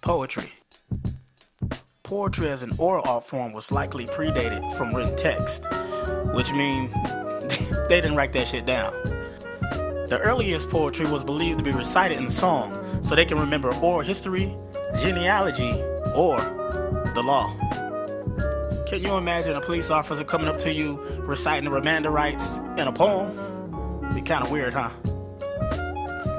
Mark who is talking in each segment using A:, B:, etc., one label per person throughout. A: Poetry. Poetry as an oral art form was likely predated from written text, which means they didn't write that shit down. The earliest poetry was believed to be recited in song, so they can remember oral history, genealogy, or the law. Can you imagine a police officer coming up to you reciting the Remanda rights in a poem? Be kind of weird, huh?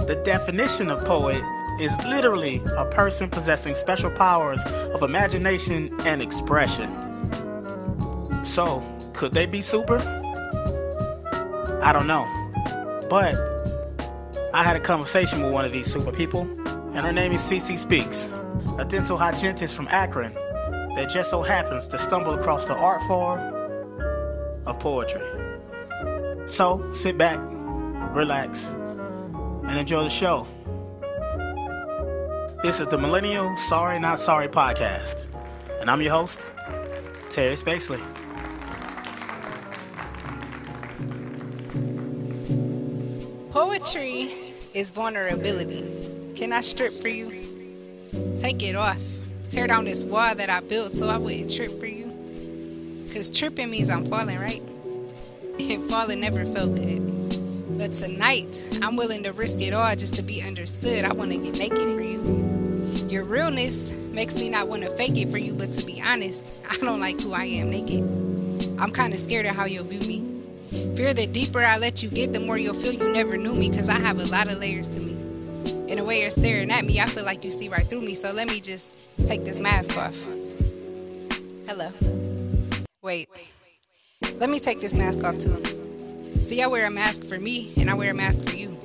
A: The definition of poet is literally a person possessing special powers of imagination and expression. So, could they be super? I don't know. But I had a conversation with one of these super people, and her name is Cece Speaks, a dental hygienist from Akron that just so happens to stumble across the art form of poetry. So, sit back, relax, and enjoy the show. This is the Millennial Sorry Not Sorry podcast, and I'm your host, Terry Spaceley.
B: Poetry is vulnerability. Can I strip for you? Take it off. Tear down this wall that I built so I wouldn't trip for you. Cause tripping means I'm falling, right? And falling never felt good. But tonight, I'm willing to risk it all just to be understood. I wanna get naked for you. Your realness makes me not want to fake it for you, but to be honest, I don't like who I am naked. I'm kind of scared of how you'll view me. Fear the deeper I let you get, the more you'll feel you never knew me, because I have a lot of layers to me. And the way you're staring at me, I feel like you see right through me, so let me just take this mask off. Hello. Wait. Let me take this mask off too. See, I wear a mask for me, and I wear a mask for you.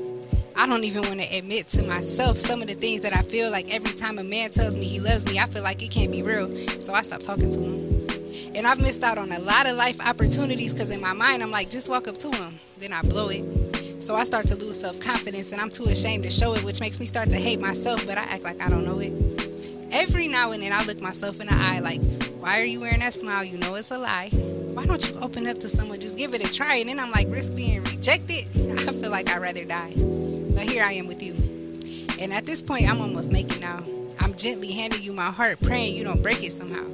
B: I don't even want to admit to myself some of the things that I feel like every time a man tells me he loves me, I feel like it can't be real. So I stop talking to him. And I've missed out on a lot of life opportunities because in my mind, I'm like, just walk up to him. Then I blow it. So I start to lose self confidence and I'm too ashamed to show it, which makes me start to hate myself, but I act like I don't know it. Every now and then, I look myself in the eye like, why are you wearing that smile? You know it's a lie. Why don't you open up to someone? Just give it a try. And then I'm like, risk being rejected? I feel like I'd rather die but here I am with you. And at this point, I'm almost naked now. I'm gently handing you my heart, praying you don't break it somehow.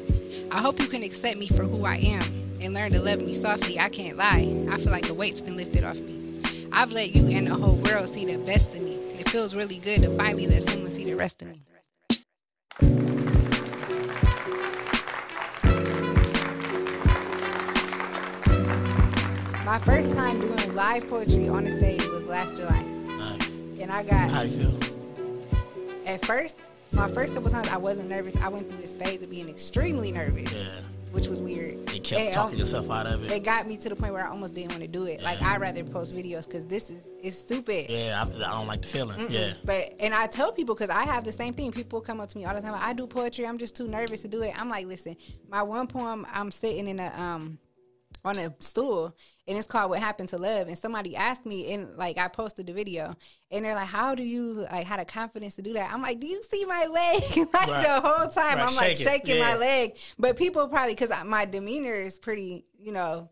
B: I hope you can accept me for who I am and learn to love me softly. I can't lie. I feel like the weight's been lifted off me. I've let you and the whole world see the best of me. and It feels really good to finally let someone see the rest of me. My first time doing live poetry on the stage was last July.
A: Nice.
B: And I got
A: How you feel?
B: at first, my first couple times, I wasn't nervous. I went through this phase of being extremely nervous,
A: Yeah.
B: which was weird.
A: You kept
B: It
A: talking
B: al-
A: yourself out of
B: It
A: it.
B: got me to the point where I almost didn't want to do it. Like
A: Yeah.
B: I'd rather post videos because this is it's stupid.
A: Yeah, I, I don't like the feeling.
B: Mm-mm.
A: Yeah.
B: But and I tell people because I have the same thing. People come up to me all the time. I do poetry. I'm just too nervous to do it. I'm like, listen, my one poem. I'm sitting in a um on a stool and it's called What Happened to Love. And somebody asked me and like I posted the video and they're like, how do you like had the confidence to do that? I'm like, do you see my leg? like
A: Right.
B: the whole time
A: Right,
B: I'm like
A: shaking.
B: shaking my
A: Yeah.
B: leg. But people probably because my demeanor is pretty, you know.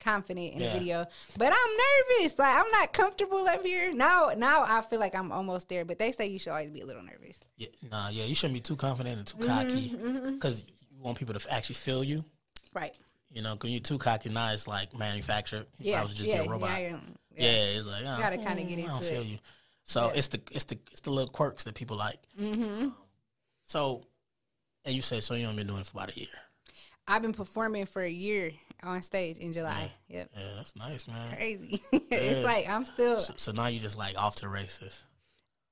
B: Confident in
A: Yeah.
B: the video, but I'm nervous. Like I'm not comfortable up here. Now, now I feel like I'm almost there. But they say you should always be a little nervous.
A: yeah. Nah, yeah, you shouldn't be too confident and
B: Mm-hmm,
A: too cocky because you want people to actually feel you.
B: Right?
A: You know, because you're too cocky now, it's like manufactured.
B: Yeah.
A: I was just
B: yeah,
A: be a robot.
B: yeah,
A: Yeah,
B: yeah.
A: it's like, oh,
B: gotta kinda get
A: mm, I don't
B: into
A: feel
B: it.
A: you. So
B: Yeah.
A: it's the it's the it's the little quirks that people like. Um,
B: Mhm.
A: So, and you said so you only been doing it for about a year.
B: I've been performing for a year on stage in July. Yep.
A: Yeah, that's nice, man.
B: Crazy.
A: Yeah.
B: it's like I'm still.
A: So, so now you just like off to the races.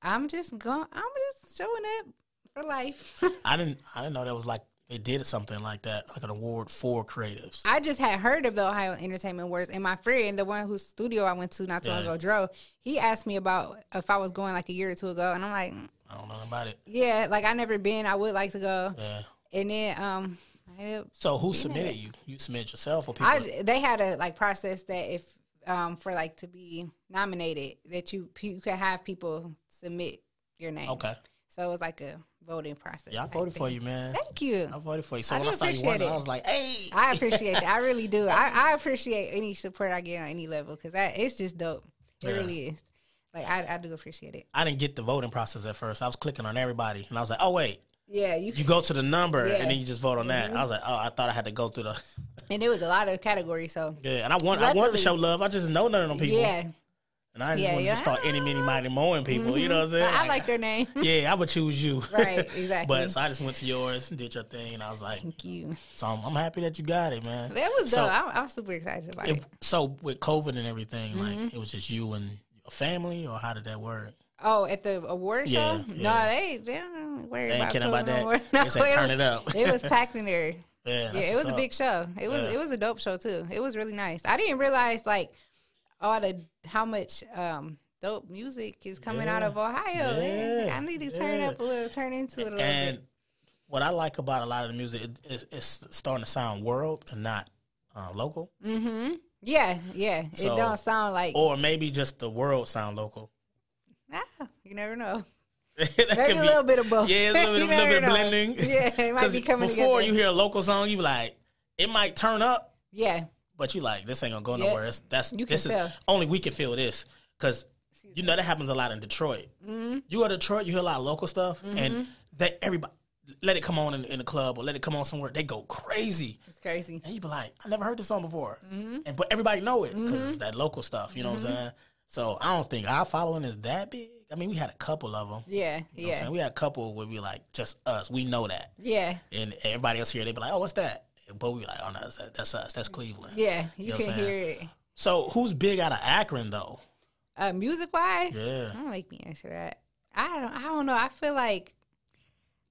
B: I'm just going. I'm just showing up for life.
A: I didn't I didn't know that was like they did something like that, like an award for creatives.
B: I just had heard of the Ohio Entertainment Awards, and my friend, the one whose studio I went to not too long
A: Yeah.
B: ago, Dro, he asked me about if I was going like a year or two ago, and I'm like, mm,
A: I don't know nothing about it.
B: yeah, like I never been. I would like to go.
A: Yeah.
B: And then um, I,
A: So who submitted you? You submitted yourself or people?
B: I they had a like process that if um for like to be nominated that you you could have people submit your name.
A: okay.
B: So it was like a voting process.
A: Yeah, I
B: type
A: voted for
B: thing.
A: you, man.
B: Thank you.
A: I voted for you. So
B: I
A: when I
B: do
A: saw you
B: appreciate
A: winning,
B: it.
A: I was like, hey.
B: I appreciate that. I really do. I, I appreciate any support I get on any level because it's just dope. It
A: Yeah.
B: really is. Like I, I do appreciate it.
A: I didn't get the voting process at first. I was clicking on everybody, and I was like, "Oh wait,
B: Yeah, you.
A: You go to the number
B: Yeah.
A: and then you just vote on that. I was like, oh, I thought I had to go through the.
B: And it was a lot of categories, so
A: Yeah, and I want I want to
B: Luckily-
A: show love. I just know none of them people,
B: yeah.
A: and I just
B: Yeah,
A: want to
B: yeah. Mm-hmm.
A: just start any, many, mighty, mowing people. You know what I'm
B: I,
A: saying?
B: I like their name.
A: Yeah, I would choose you.
B: Right, exactly.
A: but so I just went to yours, did your thing, and I was like,
B: Thank you.
A: so I'm, I'm happy that you got it, man.
B: That was
A: so,
B: dope. I, I was super excited about it.
A: it- so with COVID and everything, like
B: Mm-hmm.
A: it was just you and a family, or how did that work?
B: Oh, at the award
A: Yeah,
B: show?
A: yeah.
B: No, they, they don't worry
A: They ain't
B: about,
A: kidding about
B: COVID no
A: that.
B: more.
A: They said,
B: No,
A: "Turn
B: was-
A: it up."
B: it was packed in there.
A: Yeah, that's
B: Yeah, it was
A: what's
B: a
A: up.
B: big show. It was
A: Yeah.
B: it was a dope show too. It was really nice. I didn't realize like all the how much um dope music is coming out
A: Yeah.
B: of Ohio. man.
A: Yeah.
B: I need to turn
A: Yeah.
B: up a little, turn into it a little
A: And
B: bit.
A: what I like about a lot of the music, it, it's, it's starting to sound world and not uh, local,
B: Mm-hmm. Yeah, yeah.
A: So- Oh.
B: it don't sound like
A: or maybe just the world sound local.
B: ah, you never know.
A: That
B: Maybe
A: could
B: a
A: be-
B: little bit of both.
A: Yeah, it's a little,
B: You
A: bit- little
B: never
A: bit of
B: know.
A: blending.
B: Yeah, it might
A: 'Cause
B: be coming
A: Before
B: together.
A: you hear a local song, you be like, it might turn up,
B: yeah.
A: but you like this ain't gonna go
B: Yeah.
A: nowhere. It's, that's
B: You can
A: this is
B: tell.
A: only we can feel this because you know that happens a lot in Detroit.
B: Mm-hmm.
A: You go to Detroit, you hear a lot of local stuff, and they everybody let it come on in, in the club or let it come on somewhere. They go crazy,
B: It's crazy.
A: and you be like, I never heard this song before,
B: Mm-hmm.
A: and but everybody know it because it's that local stuff. You know what I'm saying? So I don't think our following is that big. I mean, we had a couple of them.
B: Yeah,
A: You know what I'm
B: yeah.
A: saying? We had a couple where we like just us. We know that,
B: Yeah.
A: and everybody else here they be like, "Oh, what's that?" But we like, "Oh no, that's, that's us. That's Cleveland."
B: Yeah. You,
A: know what
B: can
A: I'm saying?
B: hear it.
A: So who's big out of Akron though?
B: Uh music wise.
A: Yeah,
B: Don't make me answer that. I don't I don't know. I feel like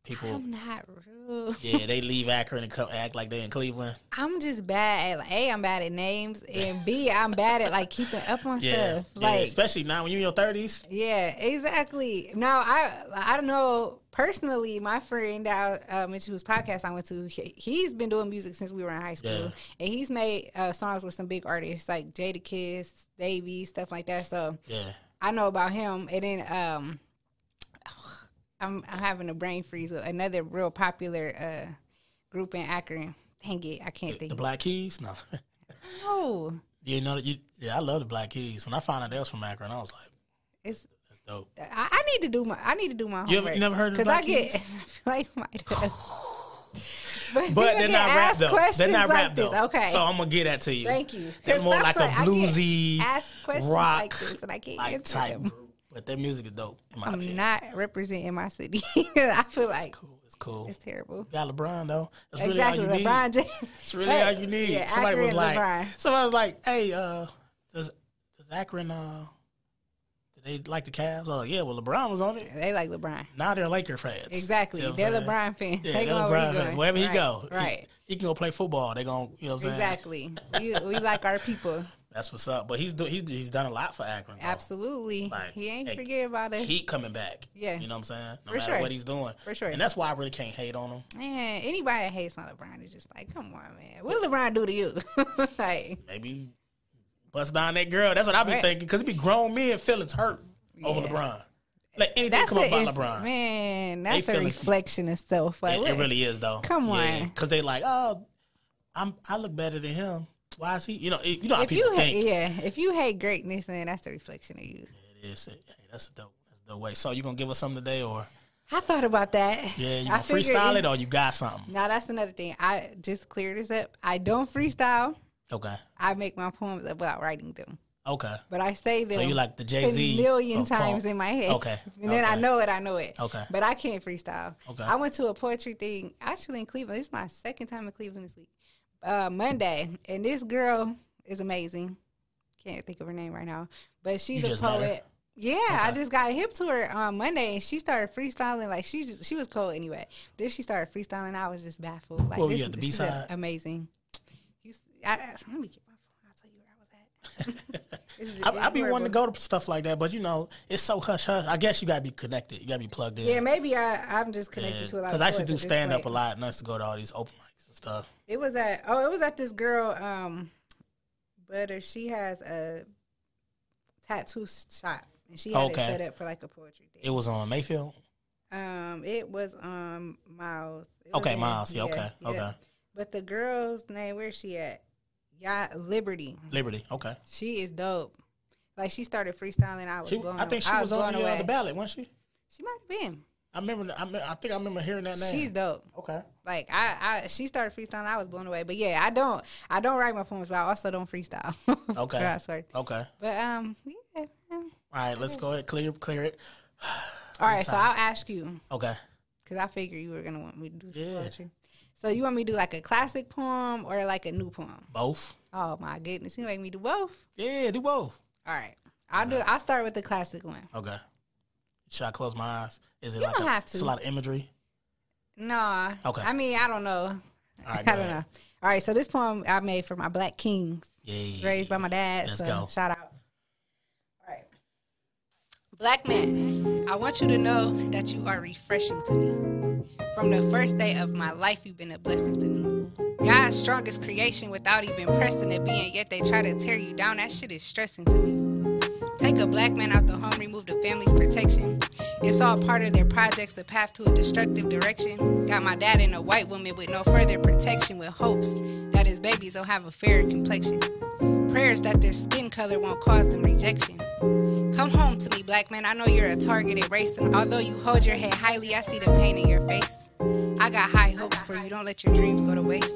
A: people.
B: I'm not real.
A: Yeah, they leave Akron and come act like they in Cleveland.
B: I'm just bad at like, A, I'm bad at names and B, I'm bad at like keeping up on
A: Yeah,
B: stuff.
A: yeah.
B: Like
A: especially now when you're in your thirties.
B: Yeah, exactly. Now I I don't know personally. My friend that I uh, mentioned whose podcast I went to, he, he's been doing music since we were in high school,
A: Yeah.
B: and he's made uh, songs with some big artists like Jada Kiss, Davies, stuff like that. So
A: Yeah,
B: I know about him. And then um, I'm, I'm having a brain freeze with another real popular uh, group in Akron. Dang it, I can't think.
A: the Black Keys. No,
B: Oh,
A: you know that you. Yeah, I love the Black Keys. When I found out they was from Akron, I was like,
B: it's
A: "That's dope."
B: I, I need to do my I need to do my homework.
A: You ever- you never heard of the
B: because I
A: Black
B: get
A: Keys?
B: like my.
A: But they're not rap though. They're not rap
B: this.
A: though.
B: Okay.
A: so I'm gonna get that to you.
B: Thank you.
A: They're more
B: It's
A: like
B: not
A: a
B: like- I can't
A: bluesy
B: ask questions
A: rock
B: like this, and I can't
A: like
B: answer
A: type
B: them.
A: group, but their music is dope. In my
B: I'm
A: opinion.
B: not representing my city. I feel like
A: cool. It's cool.
B: it's terrible.
A: Got LeBron though. That's really
B: exactly,
A: all you need.
B: LeBron James.
A: It's really
B: Right.
A: all you need.
B: Yeah,
A: somebody was
B: Akron,
A: like,
B: LeBron.
A: somebody was like, hey, uh, does does Akron uh, do they like the Cavs? Oh yeah, well LeBron was on it.
B: They like LeBron.
A: Now they're Laker fans.
B: Exactly.
A: You know what I'm
B: they're
A: saying?
B: LeBron fans.
A: Yeah,
B: they
A: they're
B: go
A: LeBron
B: where
A: fans.
B: going.
A: Wherever
B: right.
A: he go, he-
B: Right.
A: He, can go play football. They gonna, you know what I'm saying?
B: Exactly. we, we like our people.
A: That's what's up. But he's do, he, he's done a lot for Akron. though.
B: Absolutely.
A: Oh, Like,
B: he ain't
A: hey,
B: forget about us.
A: He coming back.
B: Yeah.
A: You know what I'm saying? No
B: For
A: matter
B: sure.
A: what he's doing.
B: For sure.
A: And that's why I really can't hate on him.
B: Man, anybody that hates on LeBron is just like, come on, man. What did LeBron do to you? like,
A: Maybe bust down that girl. That's what I be
B: Right.
A: thinking. Because it be grown men feelings hurt over
B: Yeah.
A: LeBron. Like anything
B: that's
A: come up
B: a,
A: about
B: it's-
A: LeBron.
B: man.
A: They
B: That's a
A: feeling-
B: reflection of self. Like,
A: It,
B: what-
A: it really is though.
B: Come on.
A: because they like, oh, I'm I look better than him. Why is he? You know, it, you know how
B: if
A: people
B: you
A: think.
B: hate, yeah, if you hate greatness, then that's the reflection of you.
A: It is. Hey, that's a dope. That's a dope way. So you gonna give us something today, or
B: I thought about that.
A: yeah, you
B: I
A: gonna
B: figured
A: freestyle it, or you got something?
B: Now that's another thing. I just cleared this up. I don't freestyle.
A: Okay.
B: I make my poems up without writing them,
A: Okay.
B: but I say them.
A: So you like the Jay
B: 10
A: Z
B: million times in my head.
A: Okay,
B: And then I
A: okay.
B: know it, I know it.
A: Okay.
B: But I can't freestyle.
A: Okay.
B: I went to a poetry thing actually in Cleveland. This is my second time in Cleveland this week. Uh, Monday. And this girl is amazing. Can't think of her name right now. But she's
A: You
B: a
A: just met
B: poet.
A: her?
B: Yeah, I just got hip to her on Monday and she started freestyling. Like she just, she was cold anyway. Then she started freestyling. I was just baffled. Like
A: Where were
B: this
A: you
B: is
A: at, the
B: she's
A: B-side?
B: amazing. You, s- I, I- let me get my phone. I'll tell you where I was at. This is-
A: I, I be
B: it's
A: wanting
B: horrible.
A: to go to stuff like that, but you know, it's so hush hush. I guess you gotta be connected. You gotta be plugged in.
B: Yeah, maybe I, I'm just connected to a lot.
A: Because
B: of
A: I used to
B: poets
A: do
B: at this
A: stand up a
B: point.
A: lot, and I used to go to all these open mics and stuff.
B: It was at oh, it was at this girl, um, Butter. She has a tattoo shop, and she had
A: Okay.
B: it set up for like a poetry
A: It
B: thing.
A: was on Mayfield.
B: um, it was um Miles. It was
A: Okay,
B: in-
A: Miles. Yeah, okay, okay.
B: But the girl's name, where's she at? Yeah, Liberty.
A: Liberty. Okay.
B: She is dope. Like she started freestyling. I was.
A: She,
B: blown
A: I think she
B: I
A: was on
B: blown
A: the, uh,
B: away.
A: the ballot, wasn't she?
B: She might have been.
A: I remember. I, me- I think I remember hearing that name.
B: She's dope.
A: okay.
B: Like I, I, she started freestyling. I was blown away. But yeah, I don't, I don't write my poems, but I also don't freestyle.
A: Okay.
B: I swear.
A: Okay. All
B: But um, yeah.
A: right. Let's go ahead. Clear. Clear it.
B: All right, so I'll ask you
A: Okay.
B: because I figured you were gonna want me to do some
A: Yeah.
B: poetry. So you want me to do like a classic poem or like a new poem?
A: Both.
B: Oh my goodness, you make me do both.
A: Yeah. Do both.
B: All right, I'll do. I'll start with the classic one.
A: Okay. Should I close my eyes? Is it
B: You
A: like
B: don't
A: a,
B: have to.
A: It's a lot of imagery.
B: No.
A: Okay.
B: I mean, I don't know.
A: All right. Go
B: I don't know.
A: ahead.
B: All right, so this poem I made for my black kings.
A: Yeah.
B: raised by my dad.
A: Let's
B: so
A: go.
B: shout out. All right. Black man, I want you to know that you are refreshing to me. From the first day of my life, you've been a blessing to me. God's strongest creation without even pressing to be, and yet they try to tear you down. That shit is stressing to me. Take a black man out the home, remove the family's protection. It's all part of their projects, the path to a destructive direction. Got my dad and a white woman with no further protection, with hopes that his babies will have a fairer complexion prayers that their skin color won't cause them rejection. Come home to me, black man. I know you're a targeted race, and although you hold your head highly, I see the pain in your face. I got high hopes for you. Don't let your dreams go to waste.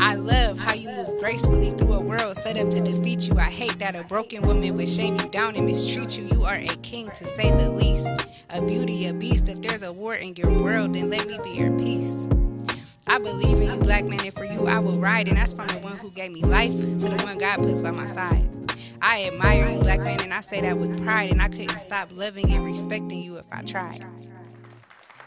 B: I love how you move gracefully through a world set up to defeat you. I hate that a broken woman would shame you down and mistreat you. You are a king, to say the least. A beauty, a beast. If there's a war in your world, then let me be your peace. I believe in you, black man, and for you I will ride. And that's from the one who gave me life to the one God puts by my side. I admire you, black man, and I say that with pride. And I couldn't stop loving and respecting you if I tried.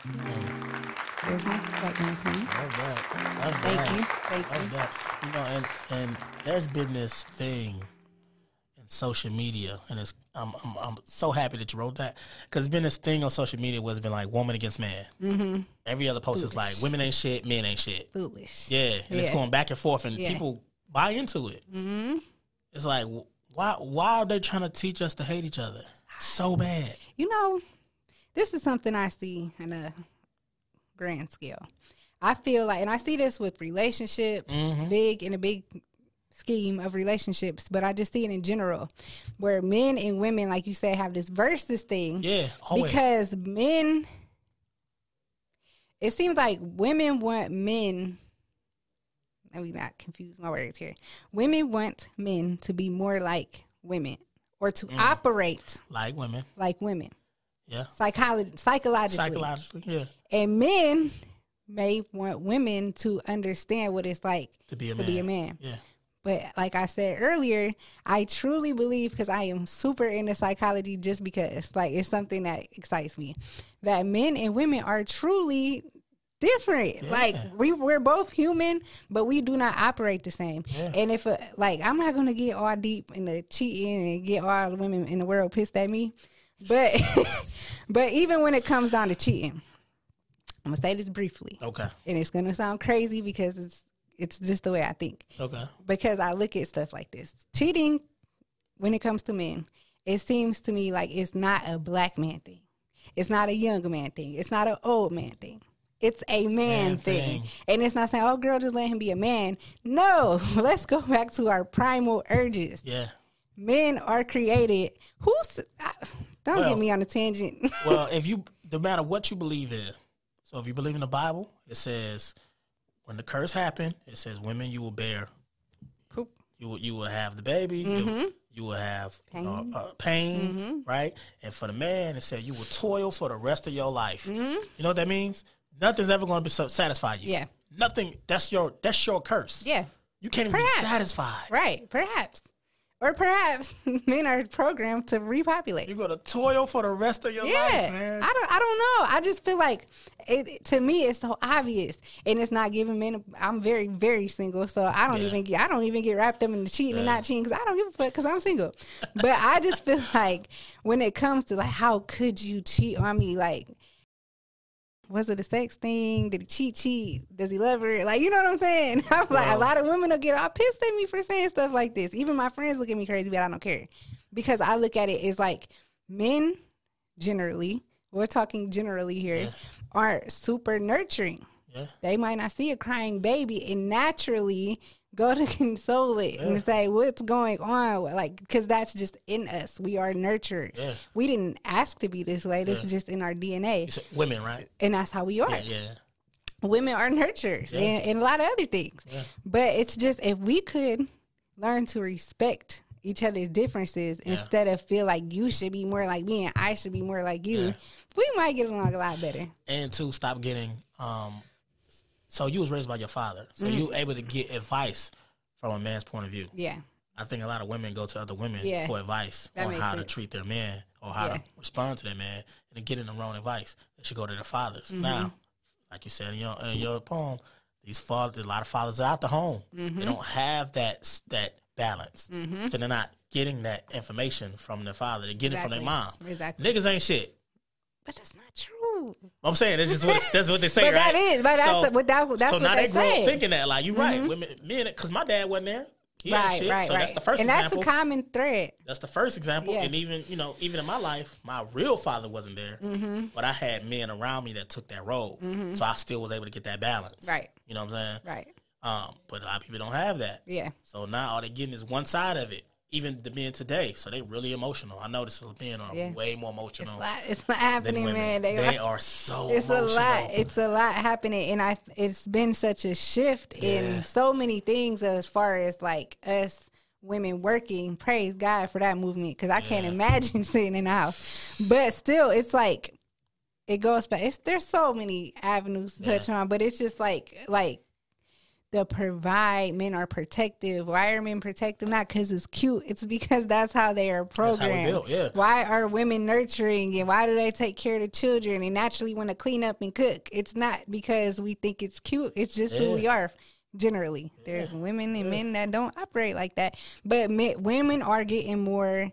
B: There's my black man poem.
A: Love that. Love
B: Thank
A: that.
B: you. Thank
A: Love
B: you.
A: that. You know, and and there's been this thing in social media, and it's I'm I'm, I'm so happy that you wrote that because it's been this thing on social media where it's been like woman against man. Mm-hmm. Every other post is like women ain't shit, men ain't shit.
B: Foolish.
A: Yeah, and it's
B: Yeah.
A: going back and forth, and
B: Yeah.
A: people buy into it. Mm-hmm. It's like wh- why why are they trying to teach us to hate each other so bad?
B: You know, this is something I see on a grand scale. I feel like, and I see this with relationships,
A: Mm-hmm.
B: big in a big scheme of relationships, but I just see it in general, where men and women, like you said, have this versus thing.
A: Yeah, always.
B: Because men, it seems like women want men. Let me not confuse my words here. Women want men to be more like women or to
A: Mm.
B: operate
A: like women,
B: like women,
A: yeah,
B: psycholo- psychologically.
A: psychologically, yeah,
B: And men may want women to understand what it's like
A: to be a
B: to
A: man,
B: be a man.
A: yeah.
B: But like I said earlier, I truly believe because I am super into psychology just because like it's something that excites me that men and women are truly different. Like we we're both human, but we do not operate the same.
A: Yeah.
B: And if uh like I'm not going to get all deep into cheating and get all the women in the world pissed at me, but but even when it comes down to cheating, I'm going to say this briefly.
A: Okay,
B: And it's going to sound crazy because it's it's just the way I think
A: okay.
B: because I look at stuff like this. Cheating, when it comes to men, it seems to me like it's not a black man thing. It's not a young man thing. It's not an old man thing. It's a man,
A: Man
B: thing.
A: thing.
B: And it's not saying, oh, girl, just let him be a man. No, let's go back to our primal urges.
A: Yeah.
B: Men are created. Who's. I, don't
A: Well-
B: get me on a tangent.
A: Well, if you, no matter what you believe in, so if you believe in the Bible, it says when the curse happened, it says women you will bear,
B: Poop.
A: you will, you will have the baby,
B: Mm-hmm.
A: you, you will have you know, uh, pain, right? And for the man, it said you will toil for the rest of your life.
B: Mm-hmm.
A: You know what that means? Nothing's ever going to be so, satisfy you.
B: Yeah.
A: Nothing. That's your that's your curse.
B: yeah.
A: You can't even
B: Perhaps.
A: be satisfied.
B: Right. Perhaps. Or perhaps men are programmed to repopulate.
A: You're gonna toil for the rest of your life, man.
B: I don't. I don't know. I just feel like it. To me, it's so obvious, and it's not giving men. I'm very, very single, so I don't
A: Yeah.
B: even get. I don't even get wrapped up in the cheating and not cheating because I don't give a fuck because I'm single. but I just feel like when it comes to like, how could you cheat on me? Like, was it a sex thing? Did he cheat? Cheat? Does he love her? Like, you know what I'm saying? I'm like, a
A: Well-
B: lot of women will get all pissed at me for saying stuff like this. Even my friends look at me crazy, but I don't care because I look at it as like men generally, we're talking generally here,
A: Yeah.
B: are super nurturing.
A: yeah.
B: They might not see a crying baby, and naturally, Go to console it
A: Yeah.
B: and say what's going on. Like, because that's just in us. We are nurturers.
A: Yeah.
B: We didn't ask to be this way. This is just in our
A: You
B: DNA,
A: said women, right?
B: and that's how we are.
A: Yeah, yeah.
B: Women are nurturers,
A: Yeah.
B: and, and a lot of other things.
A: Yeah.
B: But it's just if we could learn to respect each other's differences instead of feel like you should be more like me and I should be more like you,
A: Yeah.
B: we might get along a lot better.
A: And two, stop getting. um So you was raised by your father, so
B: Mm-hmm.
A: you able to get advice from a man's point of view.
B: Yeah.
A: I think a lot of women go to other women
B: Yeah.
A: for advice
B: That
A: on
B: makes
A: how to
B: sense.
A: treat their man or how
B: Yeah.
A: to respond to their man, and they're getting the wrong advice. They should go to their fathers.
B: Mm-hmm.
A: Now, like you said in your in your poem, these fathers, a lot of fathers are out the home.
B: Mm-hmm.
A: They don't have that s- that balance, so they're not getting that information from their father. They're getting it from their mom.
B: Exactly. Exactly.
A: Niggas ain't shit.
B: But that's not true.
A: I'm saying that's just what, that's what they say,
B: But
A: right?
B: that is- but that's- but that- that's
A: so
B: what
A: now
B: they
A: they grow
B: say.
A: up thinking that like you right, women, men, because my dad wasn't there. He ain't
B: right,
A: shit.
B: right,
A: so
B: right.
A: that's the first
B: and
A: example.
B: that's a common thread.
A: That's the first example,
B: Yeah.
A: and even you know, even in my life, my real father wasn't there,
B: Mm-hmm.
A: but I had men around me that took that role, so I still was able to get that balance.
B: Right.
A: You know what I'm saying?
B: Right.
A: Um, but a lot of people don't have that.
B: Yeah.
A: So now all they're getting is one side of it. Even the men today, so they really emotional. I notice the men are
B: Yeah.
A: way more emotional
B: It's not, it's not
A: than
B: happening,
A: Oh. women.
B: man. They
A: They,
B: are-
A: are so
B: it's
A: emotional.
B: a lot. It's a lot happening, and I. It's been such a shift
A: Yeah.
B: in so many things as far as like us women working. Praise God for that movement because I can't
A: Yeah.
B: imagine sitting in the house. But still, it's like it goes back. It's there's so many avenues to touch on, but it's just like like the provide men are protective. Why are men protective? Not because it's cute. It's because that's how they are
A: how we
B: programmed.
A: built, yeah.
B: Why are women nurturing and why do they take care of the children and naturally want to clean up and cook? It's not because we think it's cute. It's just who
A: Yeah.
B: we are. Generally, there's women and men that don't operate like that. But men, women are getting more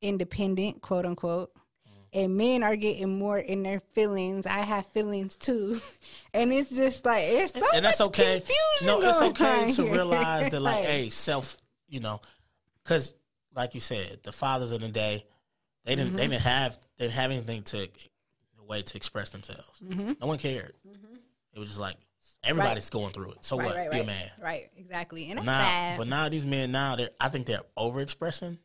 B: independent, quote unquote.
A: Mm.
B: And men are getting more in their feelings. I have feelings too, and it's just like it's so
A: and that's
B: much
A: okay.
B: Oh, Confusion
A: No, it's
B: going
A: okay
B: on
A: to
B: here.
A: realize that, like, hey, self, you know, because, like you said, the fathers of the day, they didn't,
B: Mm-hmm.
A: they didn't have, they didn't have anything to a way to express themselves. No one cared. It was just like everybody's going through it. So
B: Mm-hmm. right,
A: what?
B: right,
A: Be
B: right,
A: a man.
B: right, exactly, and that's
A: Now,
B: sad.
A: but now these men now they are I think they're overexpressing,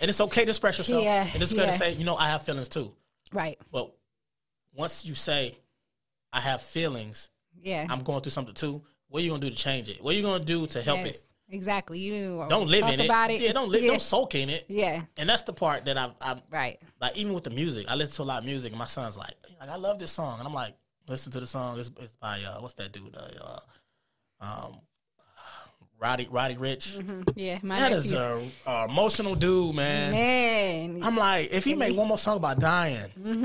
A: and it's okay to express yourself.
B: Yeah,
A: and it's okay to
B: yeah.
A: say, you know, I have feelings too.
B: right,
A: But once you say, I have feelings,
B: yeah,
A: I'm going through something too. What are you gonna do to change it? What are you gonna do to help
B: Yes,
A: it?
B: Exactly, you
A: Don't live
B: talk
A: in it.
B: about it.
A: Yeah, don't live.
B: Yeah.
A: Don't soak in it.
B: yeah,
A: And that's the part that I, I
B: right,
A: like. Even with the music, I listen to a lot of music, and my son's like, like I love this song, and I'm like, listen to the song. It's, it's by uh, what's that dude? Uh, uh, um, Roddy Roddy Rich.
B: Mm, yeah. My
A: That
B: nephew,
A: is a, a emotional dude, man.
B: man,
A: I'm like, if he made one more song about dying,
B: Mm-hmm.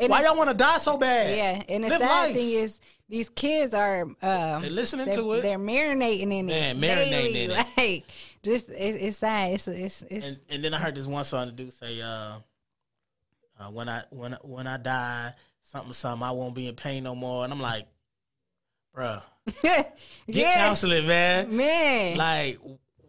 B: and
A: why
B: it's-
A: y'all want to die so bad?
B: yeah, and the
A: Live
B: sad
A: life.
B: thing is these kids are um,
A: They're listening
B: they're,
A: to it.
B: they're marinating in
A: Man,
B: it,
A: marinating
B: daily,
A: in it.
B: like just it, it's sad. It's it's it's
A: and, and then I heard this one song the dude say, uh, uh, "When I when I- when I die, something something, I won't be in pain no more." And I'm like, "Bruh, get
B: yeah,
A: counseling, man."
B: man.
A: Like,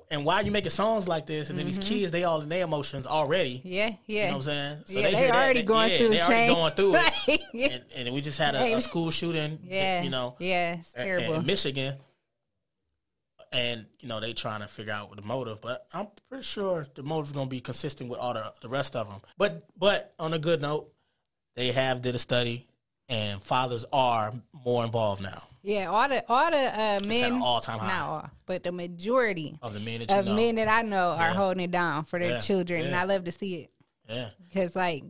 A: and why you making songs like this? And then these kids, they all in their emotions already.
B: yeah,
A: You
B: Mm-hmm. yeah.
A: know what I'm saying? So
B: yeah, they,
A: hear that,
B: already
A: they-
B: going
A: yeah,
B: through
A: They already
B: change.
A: going through it.
B: Like, yeah.
A: And, and we just had a, a
B: Right.
A: school shooting.
B: yeah,
A: You know,
B: yeah, it's
A: in-
B: terrible.
A: in Michigan. And you know they trying to figure out the motive, but I'm pretty sure the motive's gonna be consistent with all the, the rest of them. But but on a good note, they have did a study, and fathers are more involved now
B: yeah, all the all the uh, men,
A: an all-time high.
B: not all, but the majority
A: of the men that you
B: of
A: know.
B: men that I know are holding it down for their
A: Yeah,
B: children, and
A: yeah.
B: I love to see it
A: yeah,
B: because like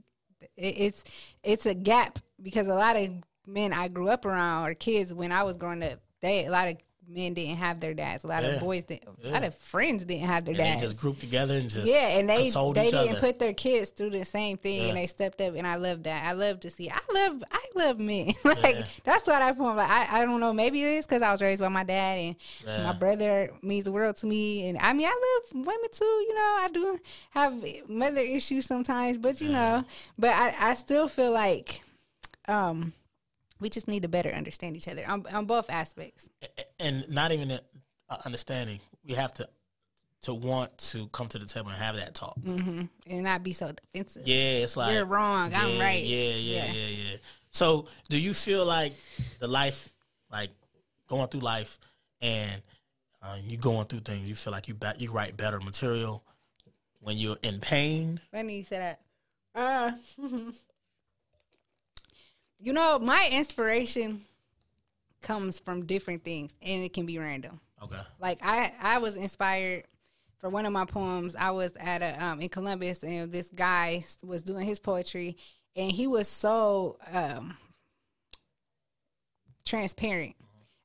B: it, it's it's a gap because a lot of men I grew up around or kids when I was growing up, they a lot of men didn't have their dads, a lot
A: Yeah,
B: of boys didn't, a lot of friends didn't have their
A: and they
B: dads.
A: just group together and just
B: yeah, and they
A: consoled
B: they
A: each
B: didn't
A: other.
B: put their kids through the same thing,
A: Yeah.
B: and they stepped up, and I love that. I love to see. I love I love men. like that's what I form. Like I, I don't know. Maybe it is because I was raised by my dad, and
A: Yeah.
B: my brother means the world to me. And I mean, I love women too. You know, I do have mother issues sometimes, but you know, but I I still feel like, um, we just need to better understand each other on on both aspects.
A: and not even a- a understanding. We have to to want to come to the table and have that talk.
B: hmm and not be so defensive.
A: Yeah, it's like
B: You're wrong. I'm
A: yeah,
B: right.
A: Yeah, yeah, yeah,
B: Yeah.
A: yeah, So, do you feel like the life, like going through life, and Uh, you going through things. You feel like you ba- you write better material when you're in pain.
B: Funny you say that. Uh, you know, my inspiration comes from different things, and it can be random.
A: Okay.
B: Like I, I was inspired for one of my poems. I was at a um, in Columbus, and this guy was doing his poetry, and he was so um, transparent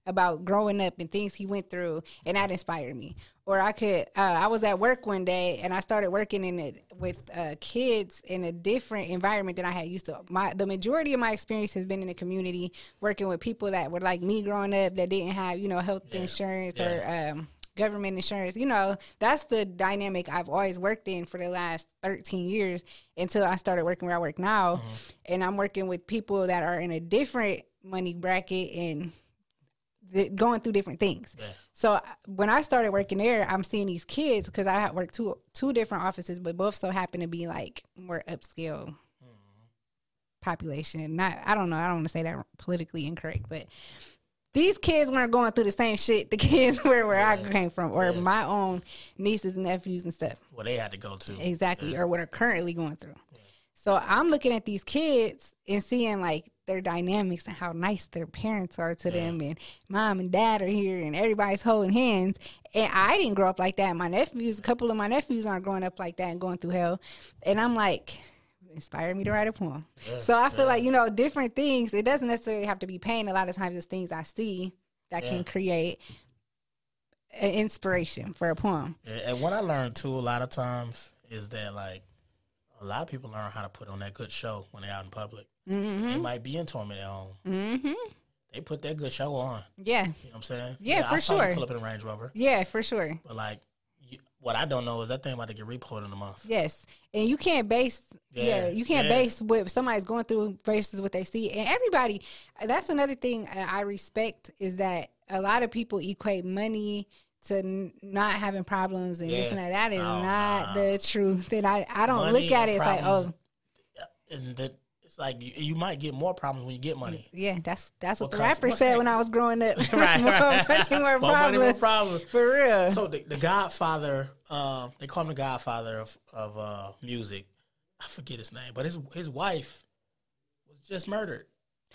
B: about growing up and things he went through, and that inspired me. Or I could, uh, I was at work one day, and I started working in it with uh, kids in a different environment than I had used to. My the majority of my experience has been in the community, working with people that were like me growing up that didn't have you know health insurance or. Um, government insurance. You know, that's the dynamic I've always worked in for the last 13 years until I started working where I work now. And I'm working with people that are in a different money bracket and th- going through different things. So I- when I started working there, I'm seeing these kids because I had worked two two different offices, but both so happen to be like more upscale population. Not I don't know. I don't want to say that politically incorrect, but these kids weren't going through the same shit the kids were where I came from, or my own nieces and nephews and stuff.
A: Well, they had to go to.
B: Exactly, or what are currently going through. So I'm looking at these kids and seeing like their dynamics and how nice their parents are to them, and mom and dad are here, and everybody's holding hands. And I didn't grow up like that. My nephews, a couple of my nephews aren't growing up like that and going through hell. And I'm like, inspired me to write a poem. So I feel like, you know, different things, it doesn't necessarily have to be pain. A lot of times it's things I see that can create an inspiration for a poem.
A: Yeah, And what I learned too a lot of times is that like a lot of people learn how to put on that good show when they're out in public.
B: Mm-hmm.
A: They might be in torment at home.
B: Mm-hmm.
A: They put that good show on.
B: Yeah.
A: You know what I'm saying?
B: Yeah,
A: I
B: for
A: saw you
B: sure.
A: pull up in a Range Rover,
B: Yeah, for sure.
A: but like, you, what I don't know is that thing about to get repoed in a month.
B: Yes, and you can't base. Yeah,
A: Yeah,
B: you can't
A: yeah.
B: base what somebody's going through versus what they see. And everybody, that's another thing I I respect is that a lot of people equate money to n- not having problems and this and
A: Yeah.
B: that. That is
A: No,
B: not
A: nah.
B: the truth. And I, I don't
A: Money
B: look at
A: and
B: it it's like, oh,
A: problems. And that it's like you, you might get more problems when you get money.
B: yeah, that's that's what the
A: Well, cause-
B: rapper
A: what's
B: said
A: that?
B: when I was growing up.
A: Right,
B: more
A: right.
B: money, more
A: More money, more
B: problems.
A: problems.
B: For real.
A: So the, the Godfather, um, they call him the Godfather of of uh, music. I forget his name, but his his wife was just murdered.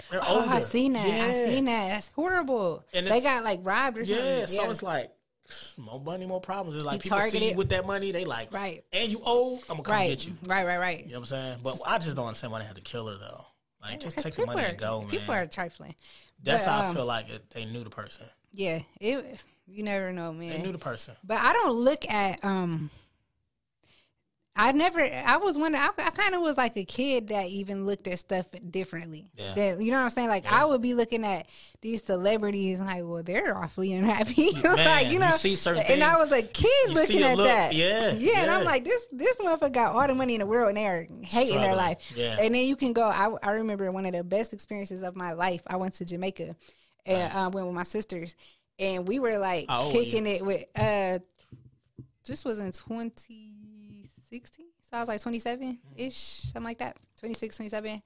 A: They're
B: oh, I
A: older.
B: seen that. I
A: Yeah.
B: seen that. That's horrible.
A: And
B: they
A: it's-
B: got like robbed or something.
A: Yeah, so it's like more money, more problems. It's like
B: You
A: people see
B: targeted.
A: you with that money, they like
B: Right.
A: and you old, I'm gonna come
B: right,
A: get you.
B: right, right, right.
A: You know what I'm saying? But I just don't understand why they had to kill her though. Like just
B: Because
A: take the money
B: people
A: and go,
B: are,
A: man.
B: People are trifling.
A: That's
B: but,
A: how I
B: um,
A: feel like it, they knew the person.
B: Yeah, it. You never know, man.
A: They knew the person.
B: But I don't look at um. I never. I was one. I, I kind of was like a kid that even looked at stuff differently.
A: Yeah.
B: That you know what I'm saying. Like I would be looking at these celebrities and like, well, they're awfully unhappy. like
A: man,
B: you
A: you
B: know,
A: see certain
B: and I
A: things,
B: was a kid
A: you see
B: looking
A: a
B: at
A: look,
B: that.
A: yeah,
B: yeah, And I'm
A: yeah.
B: like, this this motherfucker got all the money in the world and they're hating their
A: Struggling,
B: life.
A: yeah.
B: And then you can go. I I remember one of the best experiences of my life. I went to Jamaica and uh, went with my sisters, and we were like
A: How old were you?
B: kicking it with uh this was in 2016 so i was like 27 ish something like that 26 27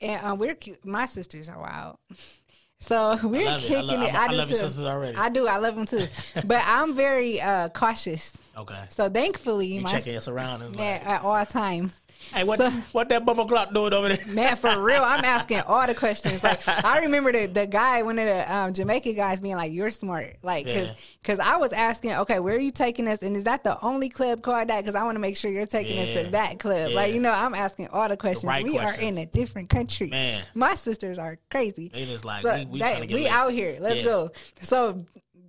B: and um, we're cu- my sisters are wild so we're
A: love it.
B: kicking
A: I
B: it.
A: love- I-
B: I,
A: I
B: do
A: love your
B: too.
A: sisters already.
B: I do. I love them too. but I'm very uh, cautious.
A: Okay.
B: So thankfully,
A: You
B: my
A: checking your surroundings.
B: man
A: Like,
B: at all times.
A: hey, what what that bumble clock doing over there?
B: Man, for real, I'm asking all the questions. Like, I remember the, the guy, one of the um, Jamaican guys, being like, "You're smart," like,
A: Yeah.
B: because I was asking, "Okay, where are you taking us?" And is that the only club called that? Because I want to make sure you're taking us
A: Yeah.
B: to that club. Like,
A: Yeah.
B: you know, I'm asking all the questions.
A: right
B: we are
A: questions.
B: in a different country.
A: Man.
B: my sisters are crazy.
A: They just like
B: So
A: we, we
B: that-
A: trying to get
B: we
A: lit.
B: out here. Let's
A: Yeah.
B: go. So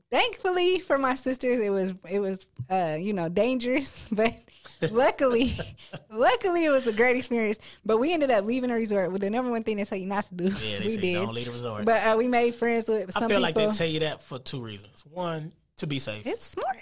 B: thankfully for my sisters, it was it was uh, you know dangerous, but luckily, luckily it was a great experience. But we ended up leaving a resort with the number one thing they tell you not to do.
A: Yeah, they
B: we
A: say
B: did.
A: don't leave the resort.
B: But uh, we made friends with some
A: I feel like
B: people.
A: they tell you that for two reasons. One, to be safe.
B: it's smart.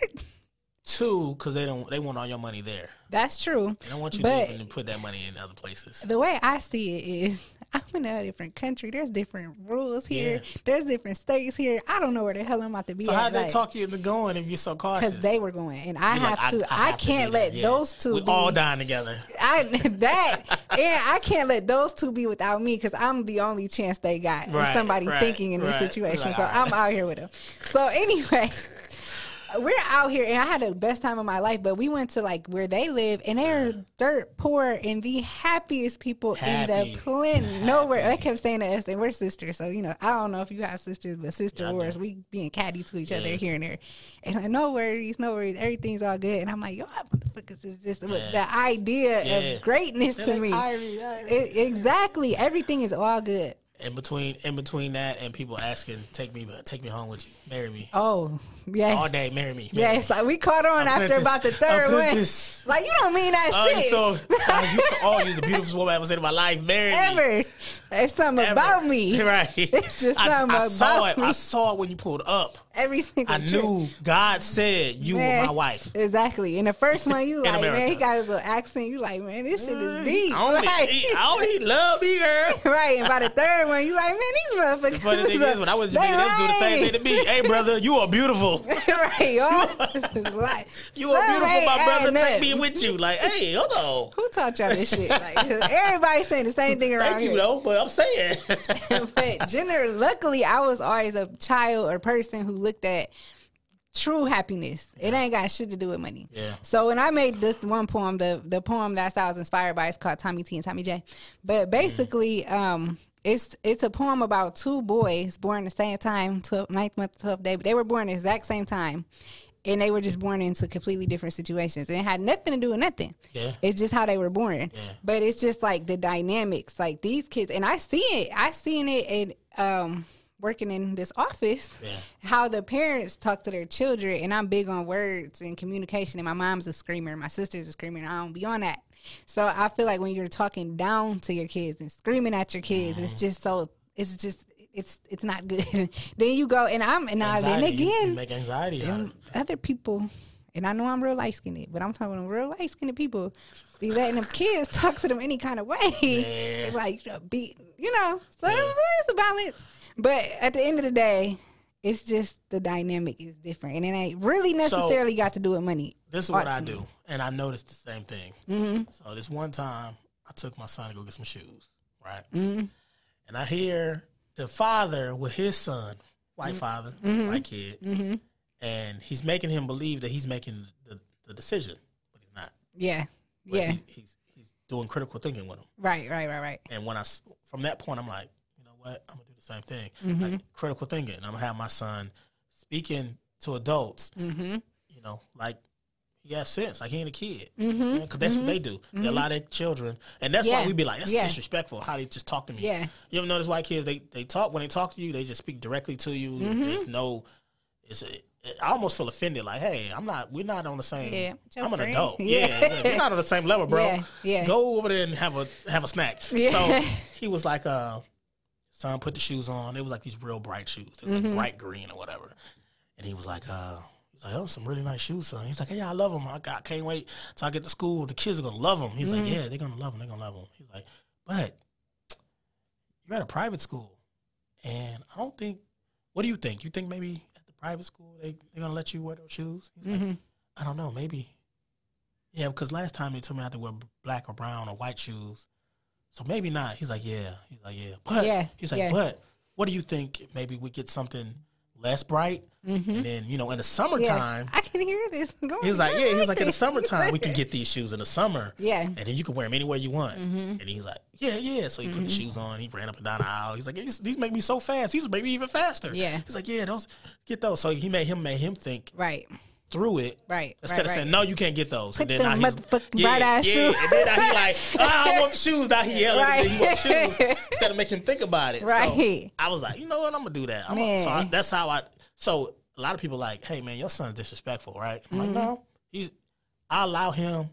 A: Two, because they don't they want all your money there.
B: That's true.
A: They don't want you
B: But-
A: to even put that money in other places.
B: The way I see it is, I'm in a different country. There's different rules here.
A: Yeah.
B: There's different states here. I don't know where the hell I'm about to be.
A: So
B: at,
A: how they
B: like-
A: talk you into going if you're so cautious?
B: because they were going, and I
A: You're like,
B: have to. I,
A: have do
B: can't
A: that.
B: let
A: Yeah.
B: those two.
A: We
B: be,
A: all dying together.
B: I that and I can't let those two be without me because I'm the only chance they got. is
A: Right,
B: somebody
A: right,
B: thinking in
A: right.
B: this situation,
A: Like,
B: so
A: all right.
B: I'm out here with them. So anyway, we're out here, and I had the best time of my life. But we went to like where they live, and they're dirt poor and the happiest people in
A: Happy.
B: the planet. Nowhere they kept saying to us, and we're sisters. So you know, I don't know if you have sisters, but sister
A: Yeah, I do.
B: wars, we being catty to each other here and there. And like, no worries, no worries, everything's all good. And I'm like, yo, motherfuckers is just the idea
A: Yeah.
B: of greatness to me. E- exactly, everything is all good.
A: In between, in between that and people asking, take me, take me home with you, marry me,
B: Oh, yes.
A: all day, marry me. marry
B: Yeah,
A: me.
B: it's like we caught on after
A: Apprentice.
B: about the third one.
A: Apprentice.
B: Like you don't mean that
A: Oh, you
B: shit
A: so, oh, you so, oh, you the beautiful woman I ever seen in my life. Marry me.
B: ever. It's something
A: Ever.
B: about me.
A: Right.
B: It's just
A: I,
B: something
A: I saw
B: about
A: it.
B: me.
A: I saw it when you pulled up.
B: Every single
A: I
B: trip.
A: knew God said you were
B: Man,
A: my wife.
B: Exactly. And the first one, you
A: In
B: like, man, he
A: America. Mm,
B: got his little accent. You like, man, this shit is
A: I
B: deep.
A: only,
B: Like-
A: I only love me, girl.
B: right. And by the third one, you like, man, these motherfuckers.
A: The funny thing
B: are-
A: is, when I was in Jamaica, they would do the same thing to me. Hey, brother, you are beautiful.
B: right, y'all. This is like,
A: You are
B: some
A: beautiful,
B: ain't
A: my brother.
B: adding
A: Take
B: up.
A: me with you. Like, hey, hold on.
B: Who taught y'all this shit? Like, everybody's saying the same thing around
A: Thank you,
B: here.
A: though. But I'm saying,
B: but generally, luckily, I was always a child or person who looked at true happiness. It ain't got shit to do with money.
A: Yeah.
B: So when I made this one poem, the the poem that I was inspired by is called Tommy T and Tommy J.
A: Mm.
B: But basically, um. It's it's a poem about two boys born the same time, 12, ninth month, twelfth day. But they were born the exact same time, and they were just born into completely different situations, and it had nothing to do with nothing.
A: Yeah.
B: It's just how they were born. But it's just like the dynamics, like these kids, and I see it. I seen it in um, working in this office,
A: Yeah.
B: how the parents talk to their children. And I'm big on words and communication. And my mom's a screamer, my sister's a screamer, and I don't be on that. So I feel like when you're talking down to your kids and screaming at your kids, it's
A: Mm.
B: just so. It's just. It's it's not good. then you go and I'm and I, then
A: anxiety. You-
B: again
A: you make anxiety out of it.
B: them other people, and I know I'm real light skinned, but I'm talking to real light skinned people. Be letting them kids talk to them any kind of way. It's like you know, be you know, so there's a balance. But at the end of the day, it's just the dynamic is different, and it ain't really necessarily got to do with money.
A: This is what I
B: ultimately.
A: do, and I noticed the same thing. So this one time, I took my son to go get some shoes, right? And I hear the father with his son, white father, white kid, and he's making him believe that he's making the, the decision, but he's not.
B: Yeah,
A: But
B: yeah,
A: he's, he's he's doing critical thinking with him.
B: right, right, right, right.
A: And when I s- from that point, I'm like, you know what? I'm gonna do the same thing,
B: Mm-hmm.
A: like critical thinking. I'm gonna have my son speaking to adults,
B: Mm-hmm.
A: you know, like he has sense, like he ain't a kid, because that's what they do. They allow their children, and that's
B: Mm-hmm. Yeah.
A: why we be like, that's
B: Yeah.
A: disrespectful how they just talk to me.
B: Yeah.
A: you ever notice why kids they they talk when they talk to you, they just speak directly to you.
B: Mm-hmm.
A: There's no, it's. I almost feel offended. Like, hey, I'm not. We're not on the same.
B: Yeah, your
A: I'm an
B: friend.
A: adult.
B: Yeah.
A: Yeah, we're not on the same level, bro.
B: Yeah, yeah.
A: Go over there and have a have a snack.
B: Yeah.
A: So he was like, uh, son, put the shoes on. It was like these real bright shoes, they were like bright green or whatever. And he was like, uh, he's like, oh, some really nice shoes, son. He's like, yeah, I love them. I, got, can't wait till I get to school. The kids are gonna love them. He's like, yeah, they're gonna love them. They're gonna love them. He's like, but you're at a private school, and I don't think. What do you think? You think maybe at the private school they they're gonna let you wear those shoes? He's
B: Mm-hmm.
A: like, I don't know, maybe. Yeah, because last time they told me I had to wear b- black or brown or white shoes, so maybe not. He's like, yeah. He's like, yeah. But
B: Yeah,
A: he's like,
B: yeah.
A: but what do you think? Maybe we get something less bright, and then you know, in the
B: Mm-hmm. Yeah,
A: summertime,
B: I can hear this. Go
A: he was
B: on,
A: like,
B: I
A: yeah. He was like, in the
B: this.
A: summertime, we can get these shoes in the summer.
B: Yeah. Mm-hmm.
A: And then you can wear them anywhere you want. And he's like, yeah, yeah. So he put the shoes on. He ran up and down the aisle. He's like, these, these make me so fast. These make me even faster.
B: Yeah.
A: He's like, yeah, those get those. So he made him made him think
B: Right,
A: through it.
B: right,
A: Instead
B: right,
A: of
B: right.
A: saying no, you can't get those,
B: Put them
A: he's-
B: motherfucking bright-ass shoes.
A: and then now he like, ah, I want the shoes. Now he yelling,
B: Right.
A: right. he want shoes. Instead of making him think about it, So
B: Right.
A: I was like, you know what, I'm gonna do that. I'm
B: Man.
A: gonna, so I, that's how I. So a lot of people like, hey man, your son's disrespectful, right? I'm
B: Mm-hmm.
A: like, no, he's. I allow him